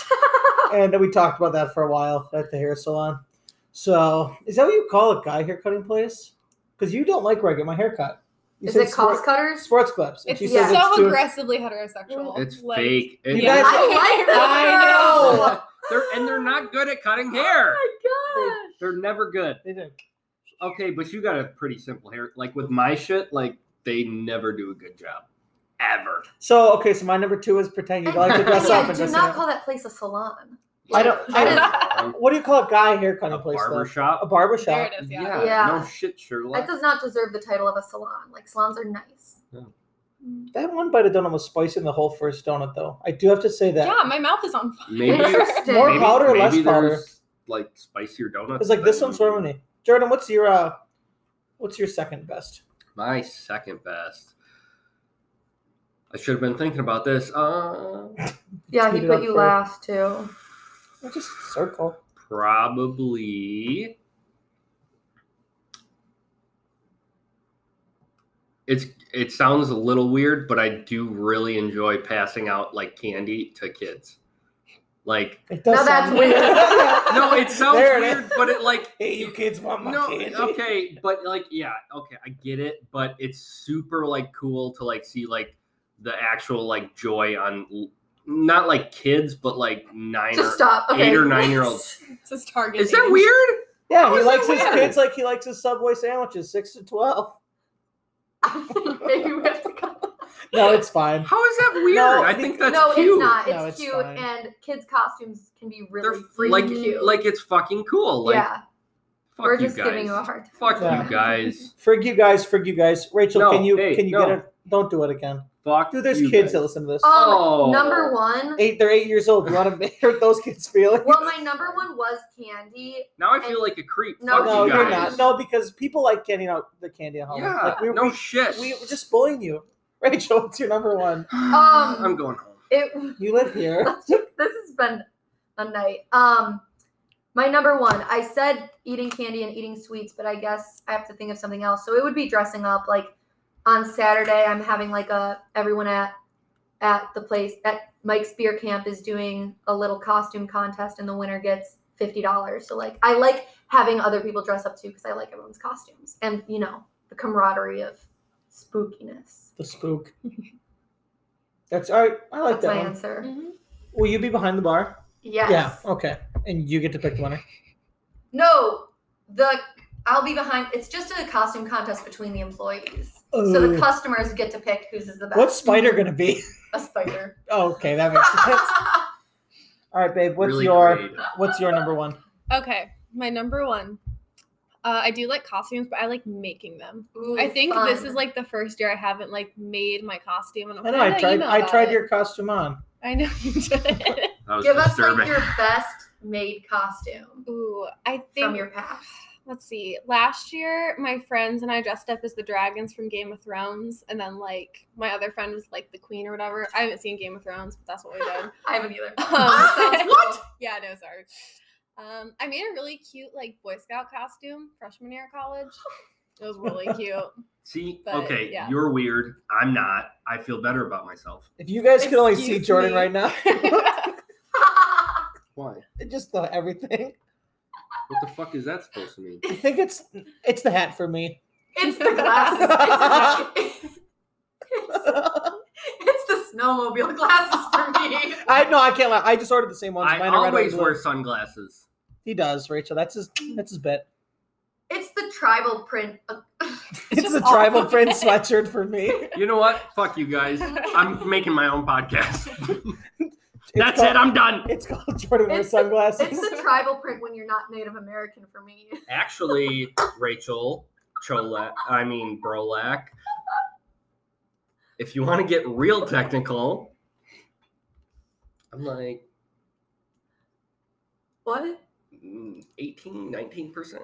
Speaker 1: and we talked about that for a while at the hair salon. So, is that what you call a guy haircutting place? Because you don't like where I get my haircut. You
Speaker 3: Is
Speaker 1: said
Speaker 3: it cost cutters?
Speaker 1: sports clips? and
Speaker 5: It's
Speaker 1: she
Speaker 3: says
Speaker 5: so
Speaker 1: said it's too-
Speaker 5: aggressively heterosexual.
Speaker 2: It's
Speaker 5: Like,
Speaker 2: fake. It-
Speaker 1: You guys-
Speaker 3: I like
Speaker 1: I
Speaker 3: that.
Speaker 1: know.
Speaker 2: They're and they're not good at cutting hair.
Speaker 3: Oh my
Speaker 2: They're never good.
Speaker 1: They do.
Speaker 2: Okay, but you got a pretty simple hair. Like with my shit, like they never do a good job, ever.
Speaker 1: So okay, so my number two is pretend you
Speaker 3: gosh.
Speaker 1: like to dress
Speaker 3: yeah,
Speaker 1: up and
Speaker 3: do
Speaker 1: dress
Speaker 3: not
Speaker 1: up.
Speaker 3: call that place a salon.
Speaker 1: I don't- I
Speaker 2: don't.
Speaker 1: What do you call a guy haircutting
Speaker 2: a
Speaker 1: place Oh,
Speaker 2: barber
Speaker 1: though? A
Speaker 2: shop.
Speaker 1: barber
Speaker 5: There
Speaker 1: shop.
Speaker 5: it is. Yeah.
Speaker 2: Yeah.
Speaker 3: Yeah.
Speaker 2: No shit, Sherlock.
Speaker 3: That does not deserve the title of a salon. Like salons are nice.
Speaker 1: That one bite of donut was spicing the whole first donut though. I do have to say that.
Speaker 5: Yeah, my mouth is on fire.
Speaker 2: Maybe
Speaker 3: Interesting.
Speaker 1: More powder or less
Speaker 2: maybe
Speaker 1: powder?
Speaker 2: there's, Like spicier donuts.
Speaker 1: It's like this
Speaker 2: than-
Speaker 1: one's for me. Jordan, what's your uh what's your second best?
Speaker 2: My second best. I should have been thinking about this. Uh,
Speaker 3: Yeah, he
Speaker 1: Speed it
Speaker 3: put
Speaker 1: up
Speaker 3: you
Speaker 1: for-
Speaker 3: last too.
Speaker 1: I Just circle.
Speaker 2: probably it's it sounds a little weird, but I do really enjoy passing out like candy to kids. Like
Speaker 1: It does
Speaker 3: Now that's
Speaker 1: sound-
Speaker 3: weird.
Speaker 2: no, it sounds
Speaker 1: There it
Speaker 2: weird,
Speaker 1: is.
Speaker 2: but it like
Speaker 1: Hey, you kids want my
Speaker 2: no,
Speaker 1: candy?
Speaker 2: okay, but like yeah, okay, I get it, but it's super like cool to like see like the actual like joy on l- not like kids, but like nine
Speaker 3: Just
Speaker 2: or
Speaker 3: stop. Okay.
Speaker 2: eight or nine year olds.
Speaker 5: It's his target.
Speaker 2: Is that
Speaker 5: age.
Speaker 2: weird?
Speaker 1: Yeah,
Speaker 2: How
Speaker 1: he
Speaker 2: is that
Speaker 1: likes his
Speaker 2: weird?
Speaker 1: kids like he likes his Subway sandwiches, six to twelve.
Speaker 3: I think Maybe we have to cut.
Speaker 1: No, it's fine.
Speaker 2: How is that weird?
Speaker 1: No,
Speaker 2: I
Speaker 1: be-
Speaker 2: think that's
Speaker 3: no,
Speaker 2: cute.
Speaker 3: it's not. It's,
Speaker 1: No, it's
Speaker 3: cute,
Speaker 1: fine.
Speaker 3: and kids' costumes can be
Speaker 2: They're
Speaker 3: really
Speaker 2: f-
Speaker 3: freaking
Speaker 2: like
Speaker 3: cute.
Speaker 2: like it's fucking cool. Like
Speaker 3: yeah,
Speaker 2: fuck
Speaker 3: we're
Speaker 2: you
Speaker 3: just
Speaker 2: guys.
Speaker 3: giving you a hard time.
Speaker 2: Fuck
Speaker 1: Yeah.
Speaker 2: you guys.
Speaker 1: Frig you guys, frig you guys. Rachel,
Speaker 2: No,
Speaker 1: can you
Speaker 2: hey,
Speaker 1: can you
Speaker 2: no.
Speaker 1: get it? Don't do it again.
Speaker 2: Fuck
Speaker 1: Dude, there's
Speaker 2: you
Speaker 1: kids
Speaker 2: guys.
Speaker 1: that listen to this.
Speaker 3: Um,
Speaker 2: Oh.
Speaker 3: number one.
Speaker 1: Eight, they're eight years old. You want to hurt those kids' feelings?
Speaker 3: Well, my number one was candy.
Speaker 2: Now I feel like a creep.
Speaker 3: No,
Speaker 2: Fuck
Speaker 1: no,
Speaker 2: you
Speaker 1: you
Speaker 2: guys.
Speaker 1: are not. No, because people like candy out the candy out.
Speaker 2: Yeah.
Speaker 1: Like, we,
Speaker 2: no
Speaker 1: we,
Speaker 2: shit.
Speaker 1: we were just bullying you. Rachel, what's your number one?
Speaker 3: um,
Speaker 2: I'm going home.
Speaker 3: It
Speaker 1: You live here.
Speaker 3: this has been a night. Um, my number one. I said eating candy and eating sweets, but I guess I have to think of something else. So it would be dressing up. Like on Saturday, I'm having like a everyone at at the place at Mike's Beer Camp is doing a little costume contest, and the winner gets fifty dollars. So like, I like having other people dress up too because I like everyone's costumes and you know the camaraderie of spookiness.
Speaker 1: the spook. That's all right. I like
Speaker 3: That's my
Speaker 1: that one.
Speaker 3: answer.
Speaker 5: Mhm.
Speaker 1: Will you be behind the bar?
Speaker 3: Yes.
Speaker 1: Yeah. Okay. And you get to pick the winner.
Speaker 3: No, the I'll be behind. It's just a costume contest between the employees, so the
Speaker 1: Ooh.
Speaker 3: customers get to pick whose is the best.
Speaker 1: What's Spider gonna be?
Speaker 3: a spider?
Speaker 1: Oh, okay, that makes sense. All right, babe. What's
Speaker 2: Really
Speaker 1: your
Speaker 2: creative.
Speaker 1: What's your number one?
Speaker 5: Okay, my number one. Uh, I do like costumes, but I like making them.
Speaker 3: Ooh,
Speaker 5: I think this
Speaker 3: fun.
Speaker 5: is like the first year I haven't like made my costume. And I'm
Speaker 1: I know I
Speaker 5: like, "I'm gonna
Speaker 1: tried.
Speaker 5: email
Speaker 1: I
Speaker 5: about
Speaker 1: tried
Speaker 5: it."
Speaker 1: your costume on.
Speaker 5: I know you did.
Speaker 2: That was
Speaker 3: give us
Speaker 2: disturbing.
Speaker 3: like your best made costume
Speaker 5: Ooh, I
Speaker 3: from
Speaker 5: think.
Speaker 3: your past.
Speaker 5: let's see. Last year, my friends and I dressed up as the dragons from Game of Thrones, and then like my other friend was like the queen or whatever. I haven't seen Game of Thrones, but that's what we did.
Speaker 3: I haven't either.
Speaker 5: Um,
Speaker 3: What?
Speaker 5: Yeah, no, sorry. Um, I made a really cute like Boy Scout costume freshman year of college. It was really cute.
Speaker 2: See,
Speaker 5: But,
Speaker 2: okay,
Speaker 5: yeah.
Speaker 2: you're weird. I'm not. I feel better about myself.
Speaker 1: If you guys could only see
Speaker 5: Excuse
Speaker 1: Jordan
Speaker 5: me.
Speaker 1: right now,
Speaker 2: Why? What
Speaker 1: it just the everything.
Speaker 2: the fuck is that supposed to mean?
Speaker 1: I think it's it's the hat for me.
Speaker 3: it's the glasses. It's, it's the snowmobile glasses for me.
Speaker 1: I no, I can't lie. I just ordered the same ones.
Speaker 2: I
Speaker 1: Mine are red,
Speaker 2: always
Speaker 1: white, blue.
Speaker 2: wear sunglasses.
Speaker 1: He does, Rachel. That's his. That's his bet.
Speaker 3: It's the tribal print.
Speaker 1: It's,
Speaker 5: just
Speaker 1: a
Speaker 5: all-
Speaker 1: tribal print sweatshirt for me. It's
Speaker 2: You know what? Fuck you guys. I'm making my own podcast. That's
Speaker 1: called,
Speaker 2: it. I'm done.
Speaker 1: It's called Jordan wears
Speaker 3: It's the-
Speaker 1: sunglasses.
Speaker 3: It's the tribal print when you're not Native American for me.
Speaker 2: Actually, Rachel, Cholak, I mean, Brolak, if you want to get real technical, I'm like
Speaker 3: What?
Speaker 2: mm, 18, 19%.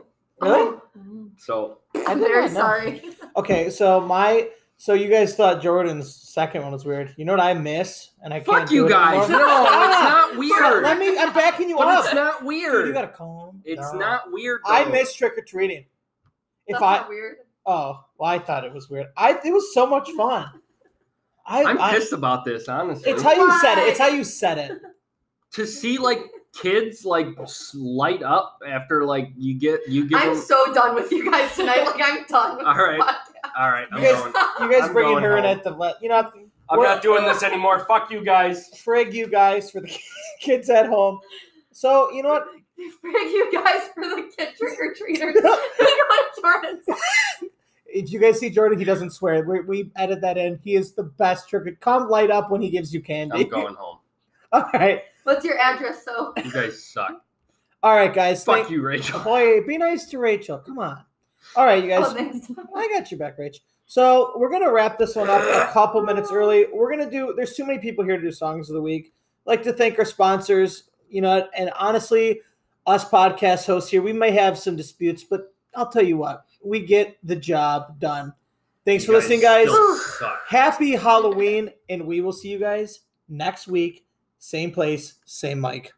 Speaker 3: Oh,
Speaker 1: Really?
Speaker 3: mm.
Speaker 2: So
Speaker 1: I
Speaker 3: I'm
Speaker 1: did
Speaker 3: very
Speaker 1: not know.
Speaker 3: sorry.
Speaker 1: Okay, so my so you guys thought Jordan's second one was weird. You know what I miss, and I
Speaker 2: fuck
Speaker 1: can't
Speaker 2: you
Speaker 1: do
Speaker 2: guys.
Speaker 1: It
Speaker 2: No,
Speaker 1: anymore?
Speaker 2: it's not weird.
Speaker 1: Let me. I'm backing you
Speaker 2: But
Speaker 1: up.
Speaker 2: it's not weird.
Speaker 1: Dude, you gotta calm.
Speaker 2: it's
Speaker 1: down.
Speaker 2: not weird.
Speaker 1: I
Speaker 2: though.
Speaker 1: miss trick or treating. If
Speaker 3: That's
Speaker 1: I
Speaker 3: not weird.
Speaker 1: oh, well, I thought it was weird. I it was so much fun. I,
Speaker 2: I'm
Speaker 1: I-
Speaker 2: pissed about this, honestly.
Speaker 1: it's how you said it.
Speaker 3: Why?
Speaker 1: It's how you said it.
Speaker 2: to see like kids like s- light up after like you get you give
Speaker 3: I'm
Speaker 2: them.
Speaker 3: so done with you guys tonight. Like I'm done.
Speaker 1: Uh,
Speaker 2: All
Speaker 3: With
Speaker 2: right.
Speaker 3: this podcast.
Speaker 2: All right, I'm
Speaker 1: You guys-
Speaker 2: going.
Speaker 1: You guys
Speaker 2: I'm
Speaker 1: bringing
Speaker 2: going
Speaker 1: her in
Speaker 2: home.
Speaker 1: at the le- you know
Speaker 2: I'm
Speaker 1: we're-
Speaker 2: not doing this anymore. Fuck you guys.
Speaker 1: frig you guys for the kids at home. So you know what?
Speaker 3: Thank you guys for the kid trick or treaters. Go to Jordan's.
Speaker 1: If you guys see Jordan, he doesn't swear. We, we edit that in. He is the best trick. Come light up when he gives you candy.
Speaker 2: I'm going home.
Speaker 1: All right,
Speaker 3: What's your address? So
Speaker 2: You guys suck.
Speaker 1: all right, guys.
Speaker 2: Fuck
Speaker 1: Thank-
Speaker 2: you, Rachel.
Speaker 1: Boy, be nice to Rachel. Come on. All right, you guys.
Speaker 3: oh, thanks.
Speaker 1: I got you back, Rach. So we're gonna wrap this one up a couple minutes early. We're gonna do. There's too many people here to do songs of the week. I'd like to thank our sponsors, you know, and honestly, us podcast hosts here, we may have some disputes, but I'll tell you what, we get the job done. Thanks
Speaker 2: You
Speaker 1: for listening, guys.
Speaker 2: still suck.
Speaker 1: Happy Halloween, and we will see you guys next week. Same place, same mic.